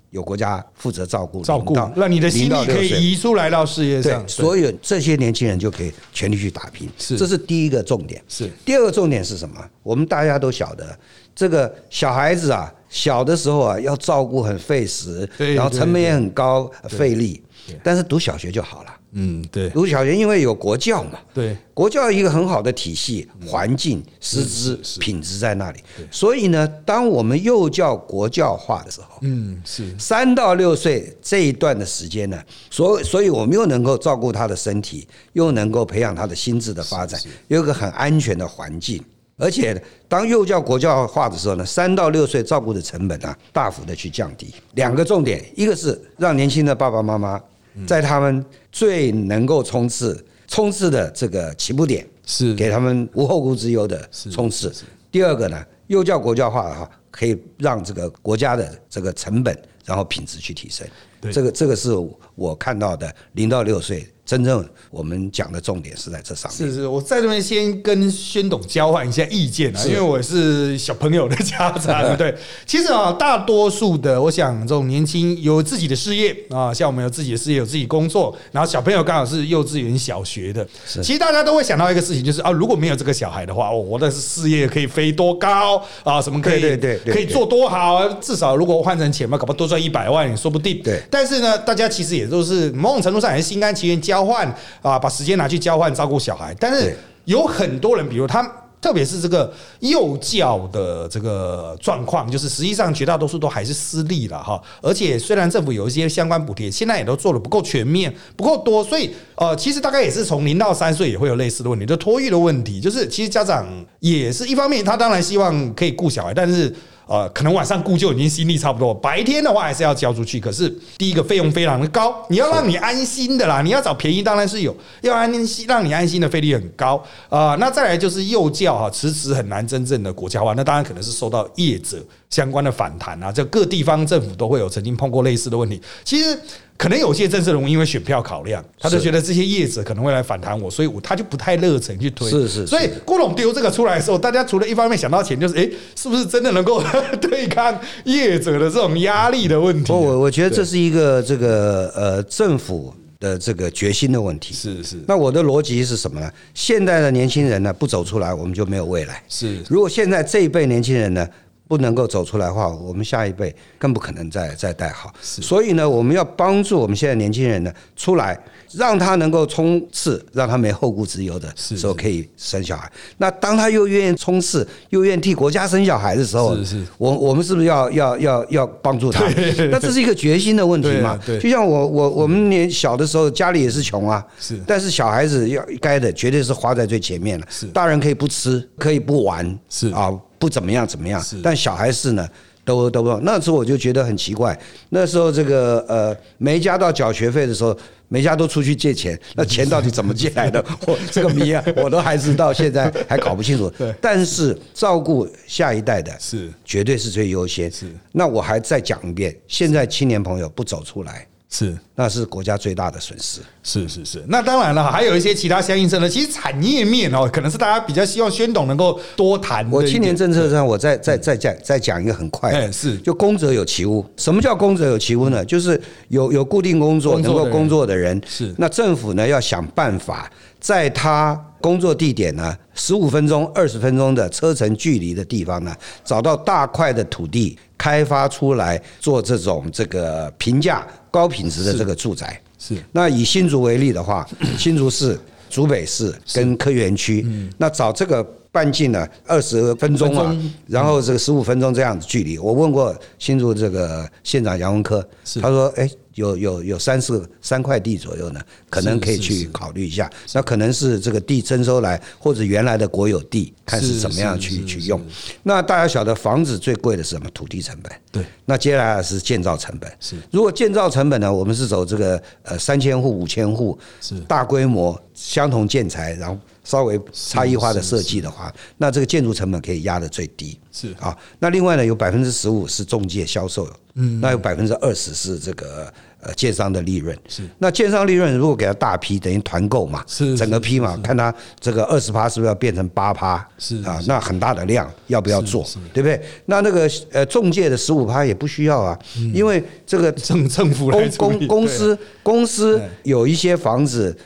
Speaker 2: 有国家负责照顾，
Speaker 3: 照顾
Speaker 2: 0到，
Speaker 3: 让你的心
Speaker 2: 0到
Speaker 3: 力可
Speaker 2: 6岁
Speaker 3: 以移出来到事业
Speaker 2: 对
Speaker 3: 上，。
Speaker 2: 所有这些年轻人就可以全力去打拼，
Speaker 3: 是
Speaker 2: 这是第一个重点。
Speaker 3: 是
Speaker 2: 第二个重点是什么？我们大家都晓得，这个小孩子啊，小的时候啊要照顾很费时，
Speaker 3: 对
Speaker 2: 然后
Speaker 3: 对
Speaker 2: 成本也很高，费力。但是读小学就好了，
Speaker 3: 嗯，对
Speaker 2: 读小学因为有国教嘛，
Speaker 3: 对
Speaker 2: 国教一个很好的体系、环境、师资、品质在那里。所以呢，当我们幼教国教化的时候，
Speaker 3: 嗯是
Speaker 2: 三到六岁这一段的时间呢，所所以我们又能够照顾他的身体，又能够培养他的心智的发展，有一个很安全的环境。而且，当幼教国教化的时候呢，三到六岁照顾的成本啊，大幅的去降低。两个重点，一个是让年轻的爸爸妈妈在他们最能够冲刺、冲刺的这个起步点，
Speaker 3: 是
Speaker 2: 给他们无后顾之忧的冲刺。第二个呢，幼教国教化的话，可以让这个国家的这个成本，然后品质去提升。
Speaker 3: 对
Speaker 2: 这个这个是我看到的零到六岁真正我们讲的重点是在这上面。
Speaker 3: 是是，我在这边先跟宣董交换一下意见啊，因为我是小朋友的家 长。对，其实啊，大多数的我想这种年轻有自己的事业啊，像我们有自己的事业，有自己工作，然后小朋友刚好是幼稚园、小学的，其实大家都会想到一个事情，就是啊，如果没有这个小孩的话，哦，我的事业可以飞多高啊，什么可以
Speaker 2: 对对对对
Speaker 3: 可以
Speaker 2: 对
Speaker 3: 做多好，啊至少如果换成钱嘛，搞不好多赚一百万也说不定。
Speaker 2: 对
Speaker 3: 但是呢，大家其实也都是某种程度上也是心甘情愿交换啊，把时间拿去交换照顾小孩。但是
Speaker 2: 对
Speaker 3: 有很多人，比如他。特别是这个幼教的这个状况，就是实际上绝大多数都还是私立了哈，而且虽然政府有一些相关补贴，现在也都做的不够全面、不够多，所以呃，其实大概也是从零到三岁也会有类似的问题，就托育的问题，就是其实家长也是一方面，他当然希望可以顾小孩，但是呃，可能晚上顾就已经心力差不多，白天的话还是要交出去。可是第一个费用非常的高，你要让你安心的啦，你要找便宜当然是有，要安心让你安心的费率很高啊、呃那再来就是幼教哈，迟迟很难真正的国家化，那当然可能是受到业者相关的反弹啊，这各地方政府都会有曾经碰过类似的问题。其实。可能有些政治人物因为选票考量，他就是觉得这些业者可能会来反弹我，所以我他就不太热忱去推。
Speaker 2: 是是
Speaker 3: 所以郭董丢这个出来的时候，大家除了一方面想到钱，就是诶，是不是真的能够 对抗业者的这种压力的问
Speaker 2: 不，
Speaker 3: 题啊、
Speaker 2: 哦我我觉得这是一个这个呃政府的这个决心的问题。
Speaker 3: 是是
Speaker 2: 那我的逻辑是什么呢？现在的年轻人呢不走出来，我们就没有未来。
Speaker 3: 是
Speaker 2: 如果现在这一辈年轻人呢不能够走出来的话，我们下一辈更不可能再再带好。所以呢，我们要帮助我们现在年轻人呢出来，让他能够冲刺，让他没后顾之忧的
Speaker 3: 是
Speaker 2: 时候可以生小孩。那当他又愿意冲刺，又愿意替国家生小孩的时候，
Speaker 3: 是是
Speaker 2: 我我们是不是要要要要帮助他？那这是一个决心的问题嘛？
Speaker 3: 对啊对
Speaker 2: 就像我我我们年小的时候家里也是穷啊，
Speaker 3: 是
Speaker 2: 但是小孩子要该的绝对是花在最前面了。
Speaker 3: 是
Speaker 2: 大人可以不吃，可以不玩，
Speaker 3: 是
Speaker 2: 啊，不怎么样怎么样
Speaker 3: 是，
Speaker 2: 但小孩是呢。都都不懂，那时候我就觉得很奇怪。那时候这个呃，每一家到缴学费的时候，每一家都出去借钱，那钱到底怎么借来 的？我这个谜啊，我都还是到现在还搞不清楚。但是照顾下一代的
Speaker 3: 是
Speaker 2: 绝对是最优先。
Speaker 3: 是，
Speaker 2: 那我还再讲一遍，现在青年朋友不走出来，
Speaker 3: 是
Speaker 2: 那是国家最大的损失。
Speaker 3: 是是是，那当然了，还有一些其他相应政策，其实产业面哦，可能是大家比较希望宣董能够多谈的一点。
Speaker 2: 我青年政策上，我再再再讲再讲一个很快
Speaker 3: 嗯哎
Speaker 2: 的，
Speaker 3: 是
Speaker 2: 就公者有其屋。什么叫公者有其屋呢？就是有有固定工作
Speaker 3: 工
Speaker 2: 能
Speaker 3: 作的
Speaker 2: 够
Speaker 3: 人
Speaker 2: 工作的人，
Speaker 3: 是
Speaker 2: 那政府呢要想办法在他工作地点呢十五分钟、二十分钟的车程距离的地方呢，找到大块的土地开发出来做这种这个平价高品质的这个住宅。
Speaker 3: 是
Speaker 2: 那以新竹为例的 话，新竹市、竹北市跟科园区，那找这个半径呢二十分钟啊
Speaker 3: 嗯分钟，嗯
Speaker 2: 然后这个十五分钟这样子距离，我问过新竹这个县长杨文科，他说，哎，有有有三四三块地左右呢，可能可以
Speaker 3: 是
Speaker 2: 去考虑一下。那可能是这个地征收来，或者原来的国有地，看
Speaker 3: 是
Speaker 2: 是怎么样
Speaker 3: 是
Speaker 2: 去
Speaker 3: 是
Speaker 2: 去
Speaker 3: 是
Speaker 2: 用。那大家晓得，房子最贵的是什么？土地成本。
Speaker 3: 对，
Speaker 2: 那接下来是建造成本。是，如果建造成本呢，我们是走这个呃三千户、五千户，
Speaker 3: 是
Speaker 2: 大规模相同建材，然后稍微差异化的设计的话，那这个建筑成本可以压得最低。
Speaker 3: 是
Speaker 2: 啊，那另外呢，有百分之十五是中介销售，嗯，那有百分之二十是这个呃建商的利润。
Speaker 3: 是，
Speaker 2: 那建商利润如果给他大批，等于团购嘛，
Speaker 3: 是是
Speaker 2: 整个批嘛，看他这个二十趴是不是要变成八趴？
Speaker 3: 是
Speaker 2: 啊，那很大的量要不要做？对不对？那那个呃中介的十五趴也不需要啊，
Speaker 3: 嗯
Speaker 2: 因为这 个
Speaker 3: 政政府来
Speaker 2: 公
Speaker 3: 处理
Speaker 2: 公公司公司有一些房子，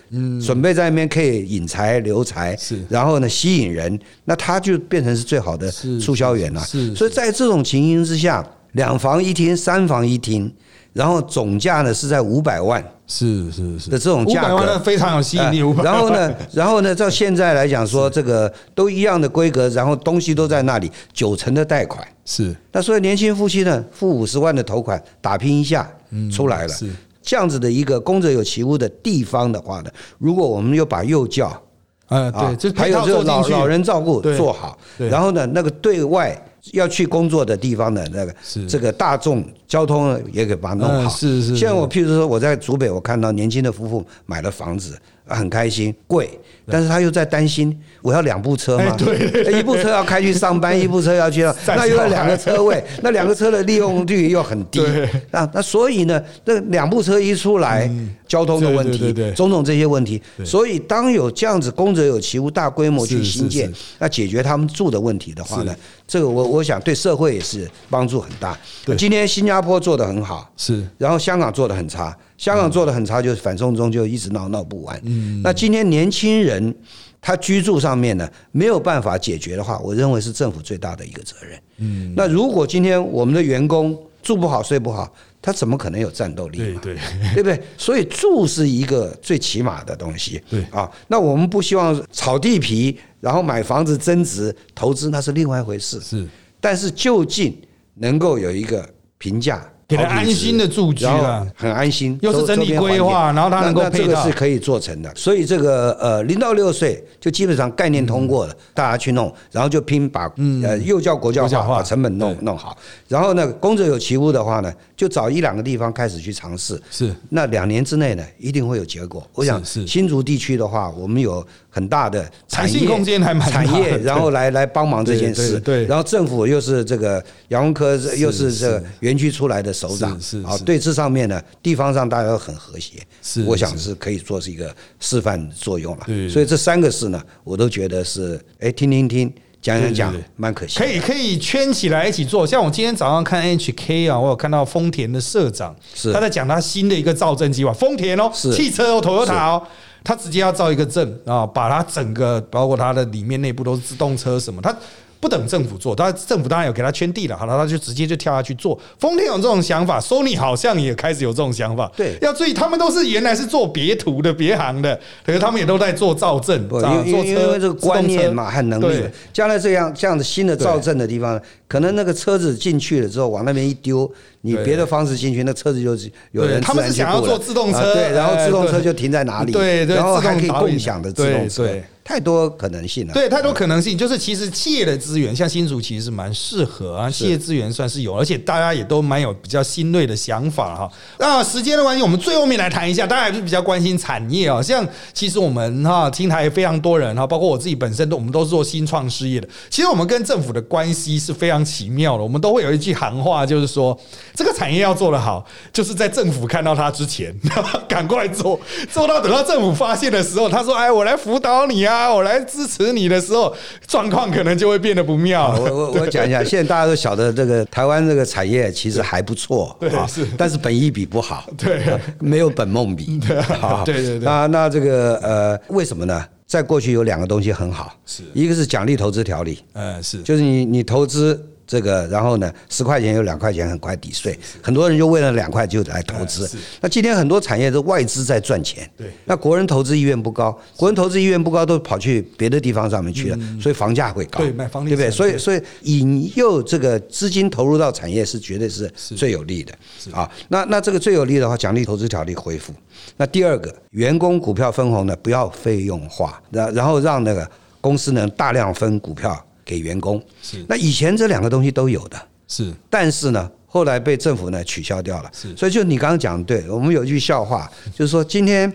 Speaker 2: 准备在那边可以引财留财，
Speaker 3: 嗯是
Speaker 2: 然后呢吸引人，那他就变成是最好的
Speaker 3: 是
Speaker 2: 促销员了、
Speaker 3: 是是
Speaker 2: 所以在这种情形之下，两房一厅、三房一厅，然后总价呢是在五百万
Speaker 3: 是是是
Speaker 2: 的这种
Speaker 3: 五
Speaker 2: 价
Speaker 3: 百
Speaker 2: 格，
Speaker 3: 万呢非常有吸引力，五
Speaker 2: 呃
Speaker 3: 百
Speaker 2: 然后呢， 然后呢，照现在来讲说，这个都一样的规格，然后东西都在那里，九成的贷款。
Speaker 3: 是
Speaker 2: 那所以年轻夫妻呢，付五十万的头款打拼一下出来了。
Speaker 3: 嗯是
Speaker 2: 这样子的一个供者有其屋的地方的话呢，如果我们又把幼教
Speaker 3: 呃
Speaker 2: 啊
Speaker 3: 对，这，
Speaker 2: 还
Speaker 3: 配
Speaker 2: 有
Speaker 3: 套
Speaker 2: 这个
Speaker 3: 做
Speaker 2: 老
Speaker 3: 进去
Speaker 2: 老人照顾
Speaker 3: 对
Speaker 2: 做好，
Speaker 3: 对
Speaker 2: 然后呢，那个对外要去工作的地方的那个
Speaker 3: 是
Speaker 2: 这个大众交通呢也给把它弄
Speaker 3: 嗯
Speaker 2: 好。
Speaker 3: 是是是
Speaker 2: 像我譬如说我在竹北，我看到年轻的夫妇买了房子，啊很开心，贵，但是他又在担心，我要两部车
Speaker 3: 哎
Speaker 2: 吗？
Speaker 3: 对对
Speaker 2: 一部车要开去上 班，一部车要去到，
Speaker 3: 载
Speaker 2: 那又要
Speaker 3: 小孩
Speaker 2: 两个车位，那两个车的利用率又很低
Speaker 3: 对
Speaker 2: 啊。那所以呢，那两部车一出来，交通的
Speaker 3: 对
Speaker 2: 问题，
Speaker 3: 嗯对对对
Speaker 2: 种种这些问题。所以，当有这样子公者有其屋、大规模去
Speaker 3: 是
Speaker 2: 兴建
Speaker 3: 是，
Speaker 2: 那解决他们住的问题的话呢，这个我我想对社会也是帮助很大
Speaker 3: 对。
Speaker 2: 今天新加坡做得很好，
Speaker 3: 是
Speaker 2: 然后香港做得很差，香港做得很差，就是反送中就一直闹闹不完。
Speaker 3: 嗯
Speaker 2: 那今天年轻人他居住上面呢没有办法解决的话，我认为是政府最大的一个责任。嗯，那如果今天我们的员工住不好、睡不好，他怎么可能有战斗力嘛？
Speaker 3: 对对
Speaker 2: 对不对？所以住是一个最起码的东西。
Speaker 3: 对
Speaker 2: 啊，那我们不希望炒地皮，然后买房子增值投资，那是另外一回事。
Speaker 3: 是
Speaker 2: 但是就近能够有一个评价，
Speaker 3: 给他
Speaker 2: 好品
Speaker 3: 安
Speaker 2: 质
Speaker 3: 心的住居
Speaker 2: 然
Speaker 3: 了
Speaker 2: 后。很安心，
Speaker 3: 啊又是
Speaker 2: 周
Speaker 3: 整体
Speaker 2: 周边环
Speaker 3: 规
Speaker 2: 境
Speaker 3: 划然后它
Speaker 2: 那
Speaker 3: 能够
Speaker 2: 那这
Speaker 3: 配
Speaker 2: 个
Speaker 3: 套
Speaker 2: 是可以做成的。所以这个呃，零到六岁就基本上概念通过了，大家去弄，然后就拼把呃幼教国教
Speaker 3: 嗯国教化
Speaker 2: 化，把成本弄弄好。然后呢，工者有其屋的话呢，就找一两个地方开始去尝试。
Speaker 3: 是
Speaker 2: 那两年之内呢，一定会有结果。我想
Speaker 3: 是是
Speaker 2: 新竹地区的话，我们有很大的产
Speaker 3: 弹
Speaker 2: 业
Speaker 3: 性空间还蛮大的
Speaker 2: 产业，然后来来 帮忙这件事。
Speaker 3: 对对对
Speaker 2: 然后政府又是这个杨文科，又是这个园区出来的首长
Speaker 3: 是是，
Speaker 2: 啊
Speaker 3: 是，
Speaker 2: 对这上面呢，地方上大家都很和谐。
Speaker 3: 是
Speaker 2: 我想
Speaker 3: 是
Speaker 2: 是可以做是一个示范作用了
Speaker 3: 对。
Speaker 2: 所以这三个事呢，我都觉得是哎，听听听，讲讲
Speaker 3: 对对
Speaker 2: 讲
Speaker 3: 对，
Speaker 2: 蛮可惜
Speaker 3: 可
Speaker 2: 的。
Speaker 3: 以可以圈起来一起做。像我今天早上看 HK 啊，我有看到丰田的社长，
Speaker 2: 是
Speaker 3: 他在讲他新的一个造证计划，丰田哦，
Speaker 2: 是
Speaker 3: 汽车哦，Toyota 哦。他直接要造一个证啊，把它整个包括它的里面内部都是自动车什么，他不等政府做，当然政府当然有给他圈地了，好了，他就直接就跳下去做。丰田有这种想法，Sony 好像也开始有这种想法。
Speaker 2: 对
Speaker 3: 要注意，他们都是原来是做别途的、别行的，可是他们也都在做造证，
Speaker 2: 不，
Speaker 3: 啊
Speaker 2: 因为因
Speaker 3: 做
Speaker 2: 为因
Speaker 3: 车
Speaker 2: 为这个观念嘛和能力
Speaker 3: 对，
Speaker 2: 将来这样这样子新的
Speaker 3: 对
Speaker 2: 造镇的地方，可能那个车子进去了之后往那边一丢，你
Speaker 3: 对
Speaker 2: 别的方式进去，那车子就是有
Speaker 3: 对
Speaker 2: 人
Speaker 3: 他们是
Speaker 2: 自然
Speaker 3: 想要
Speaker 2: 去雇了
Speaker 3: 做自动车
Speaker 2: 啊对，然后
Speaker 3: 哎
Speaker 2: 自动车
Speaker 3: 对
Speaker 2: 就停在哪里，
Speaker 3: 对对
Speaker 2: 然后还可
Speaker 3: 自
Speaker 2: 以
Speaker 3: 动导引
Speaker 2: 共享的自动车
Speaker 3: 对对，
Speaker 2: 太多可能性了。啊
Speaker 3: 对，太多可能性，就是其实企业的资源，像新竹其实是蛮适合啊，企业资源算是有，而且大家也都蛮有比较新锐的想法哈。那时间的关系，我们最后面来谈一下，大家还是比较关心产业啊。像其实我们哈听台非常多人哈，包括我自己本身都，我们都是做新创事业的。其实我们跟政府的关系是非常奇妙的，我们都会有一句行话，就是说这个产业要做得好，就是在政府看到它之前， 赶快做，做到等到政府发现的时候，他说：“哎，我来辅导你啊，我来支持你的时候，状况可能就会变得不妙。
Speaker 2: 我我我讲一下，现在大家都晓得这个台湾这个产业其实还不错，
Speaker 3: 对
Speaker 2: 啊
Speaker 3: 是
Speaker 2: 但是本益比不好，
Speaker 3: 对
Speaker 2: 啊， 没有本梦比，啊
Speaker 3: 对对对
Speaker 2: 那那这个呃，为什么呢？在过去有两个东西很好，
Speaker 3: 是
Speaker 2: 一个是奖励投资条例，
Speaker 3: 嗯，是
Speaker 2: 就是你你投资这个，然后呢，十块钱有两块钱很快抵税，很多人就为了两块就来投
Speaker 3: 哎
Speaker 2: 资
Speaker 3: 是。
Speaker 2: 那今天很多产业都外资在赚钱，
Speaker 3: 对
Speaker 2: 那国人投资意愿不高，国人投资意愿不高，都跑去别的地方上面去了，
Speaker 3: 嗯
Speaker 2: 所以房价会高，
Speaker 3: 对买房
Speaker 2: 对
Speaker 3: 地
Speaker 2: 不对？
Speaker 3: 产
Speaker 2: 所以所以引诱这个资金投入到产业是绝对是最有利的啊。那那这个最有利的话，奖励投资条例恢复。那第二个，员工股票分红呢，不要费用化，然然后让那个公司呢大量分股票给员工。
Speaker 3: 是
Speaker 2: 那以前这两个东西都有的，
Speaker 3: 是
Speaker 2: 但是呢，后来被政府呢取消掉了
Speaker 3: 是。
Speaker 2: 所以就你刚刚讲的对，我们有一句笑话，就是说今天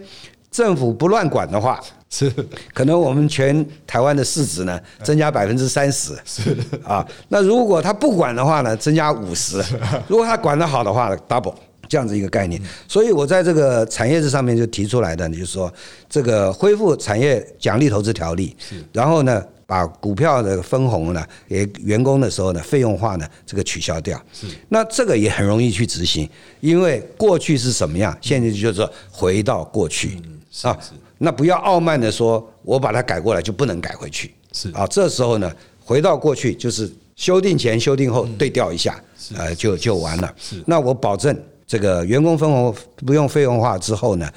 Speaker 2: 政府不乱管的话，
Speaker 3: 是
Speaker 2: 可能我们全台湾的市值呢增加百分之三十，
Speaker 3: 是
Speaker 2: 啊，那如果他不管的话呢，增加五十； 如果他管得好的话呢，double 这样子一个概念。所以我在这个产业这上面就提出来的，就是说这个恢复产业奖励投资条例，然后呢。把股票的分红呢，给员工的时候呢，费用化呢，这个取消掉。那这个也很容易去执行，因为过去是什么样，现在就是回到过去、
Speaker 3: 嗯是
Speaker 2: 啊。那不要傲慢的说，我把它改过来就不能改回去。
Speaker 3: 是
Speaker 2: 啊，这时候呢，回到过去就是修订前、修订
Speaker 3: 嗯
Speaker 2: 后对调一下，呃，就就完了。那我保证这个员工分红不用费用化之后呢，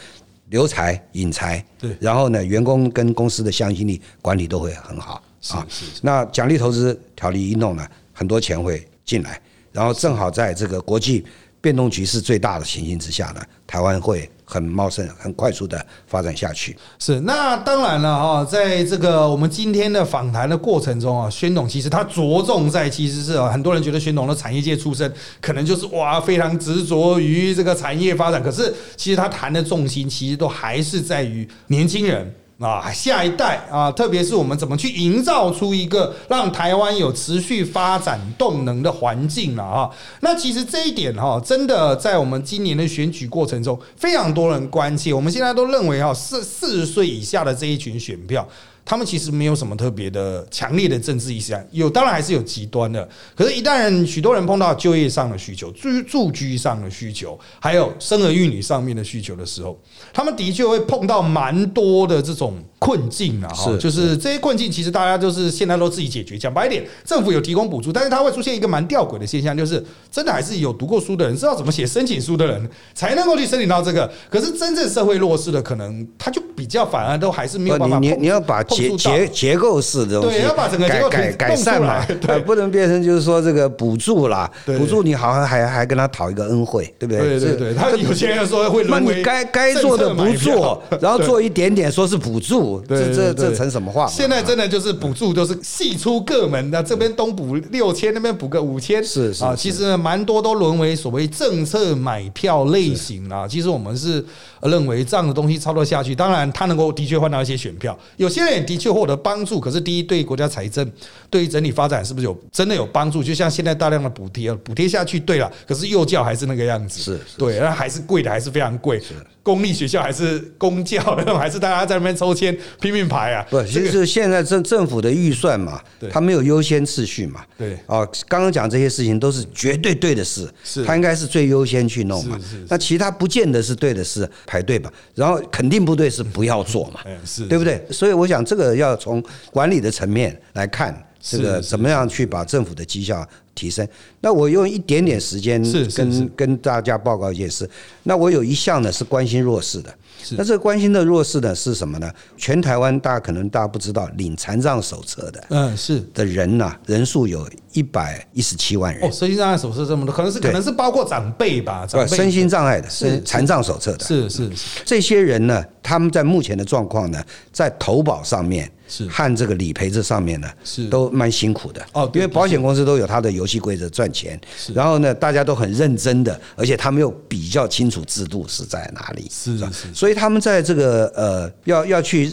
Speaker 2: 留才引才，
Speaker 3: 对
Speaker 2: 然后呢，员工跟公司的向心力管理都会很好啊。
Speaker 3: 是
Speaker 2: 那奖励投资条例一弄呢，很多钱会进来，然后正好在这个国际变动局势最大的情形之下呢，台湾会很茂盛、很快速的发展下去。
Speaker 3: 是，那当然了哈、在这个我们今天的访谈的过程中啊，宣董其实他着重在其实是啊很多人觉得宣董的产业界出身，可能就是哇非常执着于这个产业发展，可是其实他谈的重心其实都还是在于年轻人。啊，下一代啊，特别是我们怎么去营造出一个让台湾有持续发展动能的环境了啊。那其实这一点哈、真的在我们今年的选举过程中，非常多人关切。我们现在都认为哈、四四十岁以下的这一群选票。他们其实没有什么特别的强烈的政治意向，有当然还是有极端的，可是，一旦人许多人碰到就业上的需求、住住居上的需求，还有生儿育女上面的需求的时候，他们的确会碰到蛮多的这种困境啊，哈，
Speaker 2: 是
Speaker 3: 就是这些困境，其实大家就是现在都自己解决。讲白一点，政府有提供补助，但是它会出现一个蛮吊诡的现象，就是真的还是有读过书的人，知道怎么写申请书的人，才能够去申请到这个。可是真正社会弱势的，可能他就比较反而都还是没有办法
Speaker 2: 呃你你
Speaker 3: 碰
Speaker 2: 你要把
Speaker 3: 碰
Speaker 2: 结
Speaker 3: 触到
Speaker 2: 结结构式的东西
Speaker 3: 对
Speaker 2: 改，
Speaker 3: 要把整个结构
Speaker 2: 改
Speaker 3: 给
Speaker 2: 改
Speaker 3: 弄出
Speaker 2: 善嘛
Speaker 3: 来， 对
Speaker 2: 呃，不能变成就是说这个补助啦，
Speaker 3: 对
Speaker 2: 补助你好像还还跟他讨一个恩惠，对不对？
Speaker 3: 对对对，他有些人说会
Speaker 2: 那
Speaker 3: 沦为
Speaker 2: 你该该做的不
Speaker 3: 政策买
Speaker 2: 做
Speaker 3: 票，
Speaker 2: 然后
Speaker 3: 对
Speaker 2: 做一点点说是补助，
Speaker 3: 对
Speaker 2: 这
Speaker 3: 对
Speaker 2: 这
Speaker 3: 对
Speaker 2: 这成什么话嘛？
Speaker 3: 现在真的就是补助都是系出各门的，这边东补六千，那边补个五千，
Speaker 2: 是是
Speaker 3: 啊，
Speaker 2: 是
Speaker 3: 其实蛮多都沦为所谓政策买票类型啊。其实我们是呃认为这样的东西操作下去，当然它能够的确换到一些选票，有些人也的确获得帮助。可是第一，对国家财政对于整体发展是不是有真的有帮助？就像现在大量的补贴，补贴下去，对了，可是幼教还是那个样子，
Speaker 2: 是
Speaker 3: 对，那还是贵的，还是非常贵。公立学校还是公教，那种还是大家在那边抽签拼命排啊，
Speaker 2: 不，就是现在政政府的预算嘛
Speaker 3: 对，
Speaker 2: 它没有优先次序嘛。
Speaker 3: 对嗯
Speaker 2: 哦，刚刚讲这些事情都是绝对对的事，
Speaker 3: 是
Speaker 2: 它应该是最优先去弄嘛
Speaker 3: 是是是。
Speaker 2: 那其他不见得是对的事，排队吧。然后肯定不对是不要做嘛。
Speaker 3: 嗯是
Speaker 2: 对不对？所以我想这个要从管理的层面来看，这
Speaker 3: 是
Speaker 2: 个
Speaker 3: 是
Speaker 2: 怎么样去把政府的绩效提升。那我用一点点时间
Speaker 3: 是是是
Speaker 2: 跟跟大家报告一件事。那我有一项呢是关心弱势的，那这个关心的弱势呢是什么呢？全台湾大家可能大家不知道，领残障手册的
Speaker 3: 嗯，是
Speaker 2: 的人呢、人数有一百一十七万人
Speaker 3: 哦，，身心障碍手册这么多，可能是可
Speaker 2: 对
Speaker 3: 能是包括长辈吧，长
Speaker 2: 不，
Speaker 3: 辈
Speaker 2: 身心障碍的
Speaker 3: 是
Speaker 2: 身残障手册的，
Speaker 3: 是是是
Speaker 2: 这些人呢，他们在目前的状况呢，在投保上面
Speaker 3: 是
Speaker 2: 和这个理赔这上面呢，
Speaker 3: 是
Speaker 2: 都蛮辛苦的
Speaker 3: 哦对
Speaker 2: 因为保险公司都有它的游戏规则赚钱
Speaker 3: 是，
Speaker 2: 然后呢，大家都很认真的，而且他们又比较清楚制度是在哪里，
Speaker 3: 是
Speaker 2: 吧
Speaker 3: 是
Speaker 2: 所以他们在这个呃要要去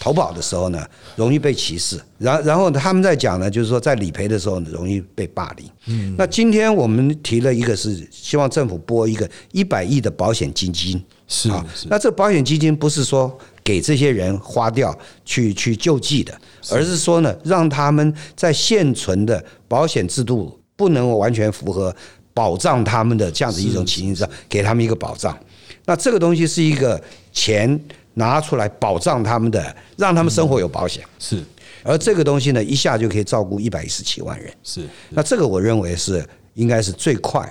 Speaker 2: 投保的时候呢，容易被歧视。然然后他们在讲呢，就是说在理赔的时候呢容易被霸凌。嗯，那今天我们提了一个是希望政府拨一个一百亿的保险基金。
Speaker 3: 是
Speaker 2: 啊
Speaker 3: 是，
Speaker 2: 那这保险基金不是说给这些人花掉去去救济的，而是说呢，让他们在现存的保险制度不能完全符合保障他们的这样子一种情形上，给他们一个保障。那这个东西是一个钱拿出来保障他们的，让他们生活有保险，
Speaker 3: 是
Speaker 2: 而这个东西呢，一下就可以照顾一百一十七万人。
Speaker 3: 是
Speaker 2: 那这个我认为是应该是最快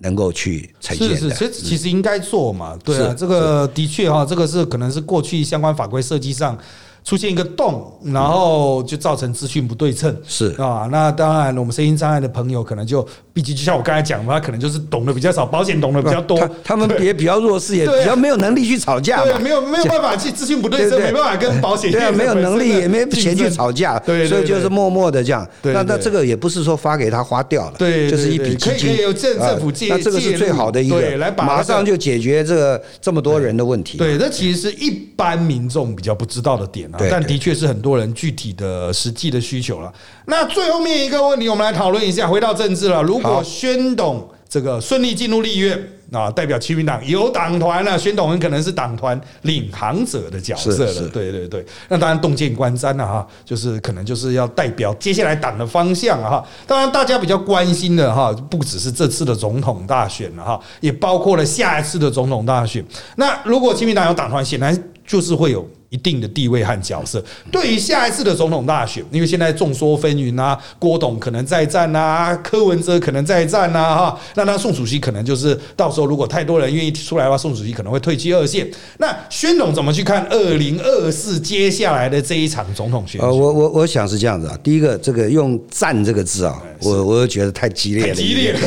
Speaker 2: 能够去呈现
Speaker 3: 是
Speaker 2: 的。嗯
Speaker 3: 是，其实其实应该做嘛，对啊，
Speaker 2: 是
Speaker 3: 这个的确哈，这个是可能是过去相关法规设计上。出现一个洞，然后就造成资讯不对称。
Speaker 2: 嗯是
Speaker 3: 啊，那当然，我们身心障碍的朋友可能就，毕竟就像我刚才讲嘛，他可能就是懂得比较少，保险懂得 比较多
Speaker 2: 他，他们也比较弱势，也
Speaker 3: 对啊
Speaker 2: 比较没有能力去吵架
Speaker 3: 对，
Speaker 2: 嘛。
Speaker 3: 没有没有办法去资讯不对
Speaker 2: 对
Speaker 3: 称，
Speaker 2: 对
Speaker 3: 没办法跟保险
Speaker 2: 对啊，
Speaker 3: 业者
Speaker 2: 没有
Speaker 3: 本身
Speaker 2: 能力
Speaker 3: 的
Speaker 2: 也没钱
Speaker 3: 竞
Speaker 2: 去
Speaker 3: 争
Speaker 2: 吵架，
Speaker 3: 对对
Speaker 2: 所以就是
Speaker 3: 对
Speaker 2: 默默的这样。
Speaker 3: 对
Speaker 2: 那
Speaker 3: 对
Speaker 2: 那这个也不是说发给他花掉了，
Speaker 3: 对对
Speaker 2: 就是一笔
Speaker 3: 对
Speaker 2: 基
Speaker 3: 可以
Speaker 2: 金，
Speaker 3: 可以由政
Speaker 2: 啊
Speaker 3: 政府介
Speaker 2: 那这个
Speaker 3: 介
Speaker 2: 是
Speaker 3: 入
Speaker 2: 最好的一个
Speaker 3: 对来，把那
Speaker 2: 马
Speaker 3: 个
Speaker 2: 上就解决这个这么多人的问题。啊
Speaker 3: 对，这其实是一般民众比较不知道的点啊
Speaker 2: 对，
Speaker 3: 但
Speaker 2: 对
Speaker 3: 的确是很多人具体的实际的需求了。那最后面一个问题，我们来讨论一下，回到政治了。如果
Speaker 2: 好
Speaker 3: 宣董这个顺利进入立院。啊，代表亲民党有党团了、宣董很可能是党团领航者的角色
Speaker 2: 是
Speaker 3: 了
Speaker 2: 是。
Speaker 3: 对对对，那当然洞见观瞻了、啊哈，就是可能就是要代表接下来党的方向啊哈。当然，大家比较关心的哈，不只是这次的总统大选了、哈，也包括了下一次的总统大选。那如果亲民党有党团，显然就是会有。一定的地位和角色，对于下一次的总统大选，因为现在众说纷纭啊，郭董可能在战啊，柯文哲可能在战啊，哈，那那宋主席可能就是到时候如果太多人愿意出来的话，宋主席可能会退居二线。那宣董怎么去看二零二四接下来的这一场总统选举？
Speaker 2: 呃，我我我想是这样子啊。第一个，这个用“战”这个字啊，我我又觉得太激烈
Speaker 3: 哎太
Speaker 2: 了，
Speaker 3: 激烈了，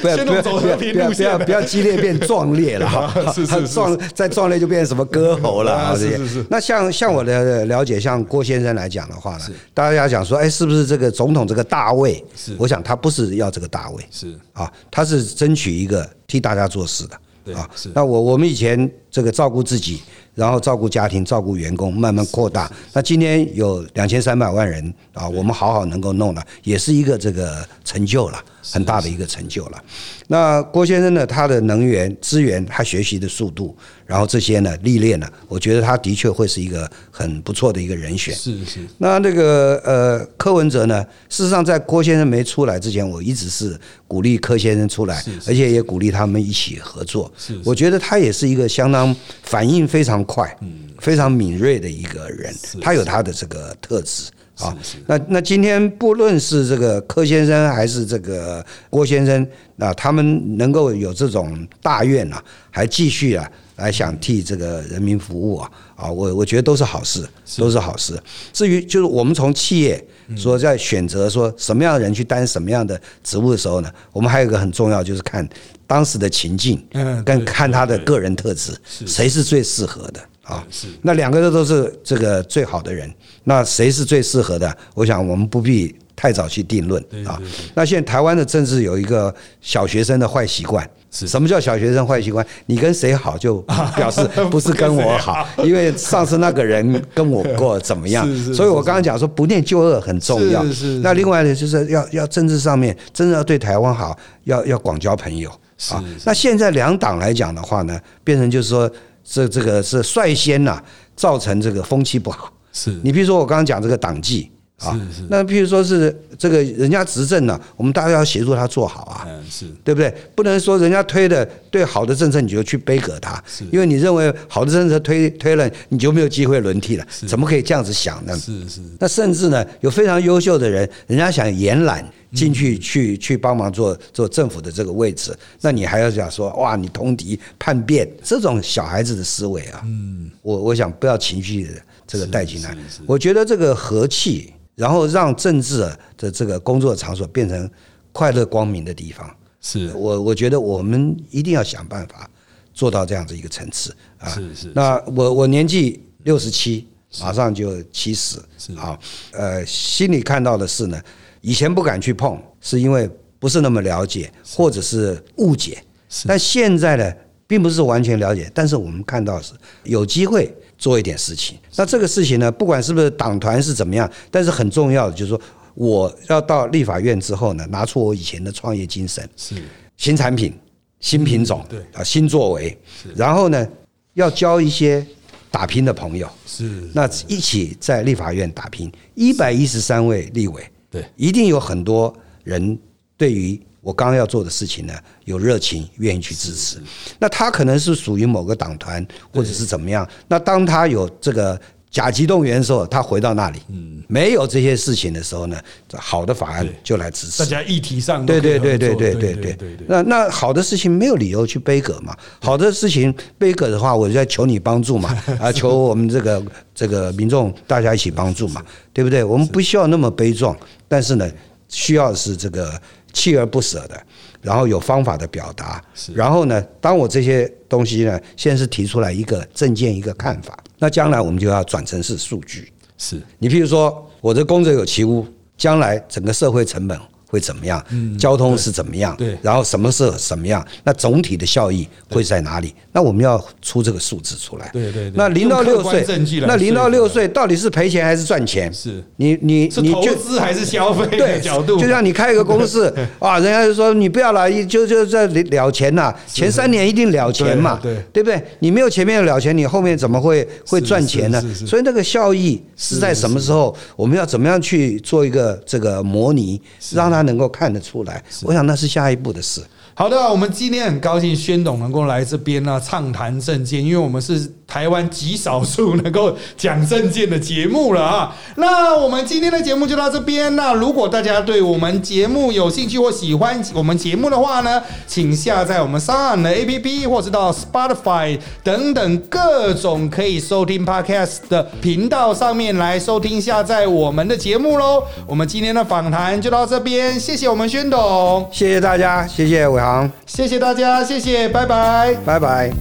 Speaker 2: 不要
Speaker 3: 宣
Speaker 2: 不
Speaker 3: 董
Speaker 2: 要
Speaker 3: 走
Speaker 2: 不
Speaker 3: 和
Speaker 2: 要
Speaker 3: 平
Speaker 2: 不要
Speaker 3: 路
Speaker 2: 不
Speaker 3: 线
Speaker 2: 要不要激烈变壮烈了哈，
Speaker 3: 是是是
Speaker 2: 壮再壮烈就变成什么歌喉了
Speaker 3: 啊
Speaker 2: 啊这些
Speaker 3: 是是是。
Speaker 2: 那像像我的了解，像郭先生来讲的话呢，大家讲说，哎，是不是这个总统这个大位？
Speaker 3: 是
Speaker 2: 我想他不是要这个大位
Speaker 3: 是
Speaker 2: 啊，他是争取一个替大家做事的。
Speaker 3: 对
Speaker 2: 啊
Speaker 3: 是，
Speaker 2: 那我我们以前这个照顾自己，然后照顾家庭，照顾员工，慢慢扩大。那今天有两千三百万人啊，我们好好能够弄了，也是一个这个成就了，很大的一个成就了。那郭先生呢，他的能源资源，他学习的速度，然后这些呢历练呢，我觉得他的确会是一个很不错的一个人选。
Speaker 3: 是是
Speaker 2: 那那个呃，柯文哲呢？事实上，在郭先生没出来之前，我一直是鼓励柯先生出来，而且也鼓励他们一起合作。我觉得他也是一个相当反应非常快、非常敏锐的一个人，他有他的这个特质。啊，那那今天不论是这个柯先生还是这个郭先生，啊，他们能够有这种大愿啊，还继续啊来想替这个人民服务啊，啊，我我觉得都是好事，都是好事。至于就是我们从企业
Speaker 3: 嗯
Speaker 2: 说在选择说什么样的人去担什么样的职务的时候呢，我们还有一个很重要就是看当时的情境，
Speaker 3: 嗯对
Speaker 2: 跟看他的个人特质，谁是最适合的啊？
Speaker 3: 是
Speaker 2: 那两个都是这个最好的人，那谁是最适合的？我想我们不必太早去定论啊。那现在台湾的政治有一个小学生的坏习惯。什么叫小学生坏习惯？你跟谁好就表 示不是跟我好，因为上次那个人跟我过怎么样
Speaker 3: 是是，
Speaker 2: 所以我刚刚讲说不念旧恶很重要
Speaker 3: 是是。
Speaker 2: 那另外呢，就是要要政治上面真的要对台湾好，要要广交朋友啊。那现在两党来讲的话呢，变成就是说这这个是率先呐、造成这个风气不好。
Speaker 3: 是
Speaker 2: 你比如说我刚刚讲这个党纪啊
Speaker 3: 是是，
Speaker 2: 那譬如说是这个人家执政呢、我们大家要协助他做好啊。
Speaker 3: 嗯是
Speaker 2: 对不对？不能说人家推的对好的政策你就去背革它，因为你认为好的政策推推了你就没有机会轮替了，怎么可以这样子想呢？
Speaker 3: 是是
Speaker 2: 那甚至呢，有非常优秀的人，人家想延揽进去，去去帮忙做做政府的这个位置，那你还要讲说哇，你通敌叛变这种小孩子的思维啊，嗯，我我想不要情绪这个带进来，我觉得这个和气，然后让政治的这个工作场所变成快乐光明的地方，
Speaker 3: 是
Speaker 2: 我我觉得我们一定要想办法做到这样子一个层次啊。
Speaker 3: 是是
Speaker 2: 那我我年纪六十七，马上就七十
Speaker 3: 是，
Speaker 2: 啊，呃，心里看到的是呢，以前不敢去碰，是因为不是那么了解，或者是误解。但现在呢，并不是完全了解，但是我们看到是有机会做一点事情。那这个事情呢，不管是不是党团是怎么样，但是很重要的就是说，我要到立法院之后呢，拿出我以前的创业精神，
Speaker 3: 是
Speaker 2: 新产品、新品种，
Speaker 3: 嗯对
Speaker 2: 啊，新作为，然后呢，要交一些打拼的朋友，
Speaker 3: 是
Speaker 2: 那一起在立法院打拼。一百一十三位立委，
Speaker 3: 对，
Speaker 2: 一定有很多人对于我刚刚要做的事情呢有热情，愿意去支持。那他可能是属于某个党团或者是怎么样。那当他有这个甲级动员的时候，他回到那里，没有这些事情的时候呢，好的法案
Speaker 3: 嗯对
Speaker 2: 就来支持
Speaker 3: 大。家议题上都
Speaker 2: 对
Speaker 3: 可
Speaker 2: 对
Speaker 3: 以
Speaker 2: 对
Speaker 3: 合
Speaker 2: 对
Speaker 3: 作
Speaker 2: 对
Speaker 3: 对
Speaker 2: 对
Speaker 3: 对
Speaker 2: 对那那好的事情没有理由去背葛嘛，好的事情背葛的话，我就在求你帮助 嘛，啊，求我们这个这个民众大家一起帮助嘛，对不对？我们不需要那么悲壮，但是呢，需要是这个锲而不舍的，然后有方法的表达，然后呢，当我这些东西呢，先是提出来一个证件一个看法，那将来我们就要转成是数据，
Speaker 3: 是
Speaker 2: 你譬如说，我的工者有其屋，将来整个社会成本会怎么样？交通是怎么样？
Speaker 3: 嗯对对
Speaker 2: 然后什么是什么样？那总体的效益会在哪里？那我们要出这个数字出来。
Speaker 3: 对对对
Speaker 2: 那零到
Speaker 3: 用
Speaker 2: 六
Speaker 3: 客观
Speaker 2: 岁
Speaker 3: 证据，来
Speaker 2: 那零到
Speaker 3: 说
Speaker 2: 六
Speaker 3: 服
Speaker 2: 岁到底是赔钱还是赚钱？
Speaker 3: 是
Speaker 2: 你你
Speaker 3: 是
Speaker 2: 你
Speaker 3: 投
Speaker 2: 就
Speaker 3: 资还是消费的
Speaker 2: 对
Speaker 3: 角度？
Speaker 2: 就像你开一个公 司啊，人家就说你不要了，一就就这里了钱呐、前三年一定了钱嘛，
Speaker 3: 对对
Speaker 2: 不对？你没有前面的了钱，你后面怎么会会
Speaker 3: 是
Speaker 2: 赚钱呢
Speaker 3: 是是是？
Speaker 2: 所以那个效益是在什么时候？我们要怎么样去做一个这个模拟，让他能够看得出来？我想那是下一步的事。
Speaker 3: 好的，我们今天很高兴宣董能够来这边呢、畅谈政见，因为我们是台湾极少数能够讲政见的节目了啊。那我们今天的节目就到这边。那如果大家对我们节目有兴趣或喜欢我们节目的话呢，请下载我们上岸的 APP，或是到 Spotify 等等各种可以收听 Podcast 的频道上面来收听下载我们的节目喽。我们今天的访谈就到这边，谢谢我们宣董。
Speaker 2: 谢谢大家，谢谢伟航，
Speaker 3: 谢谢大家，谢谢，拜拜。
Speaker 2: 拜拜。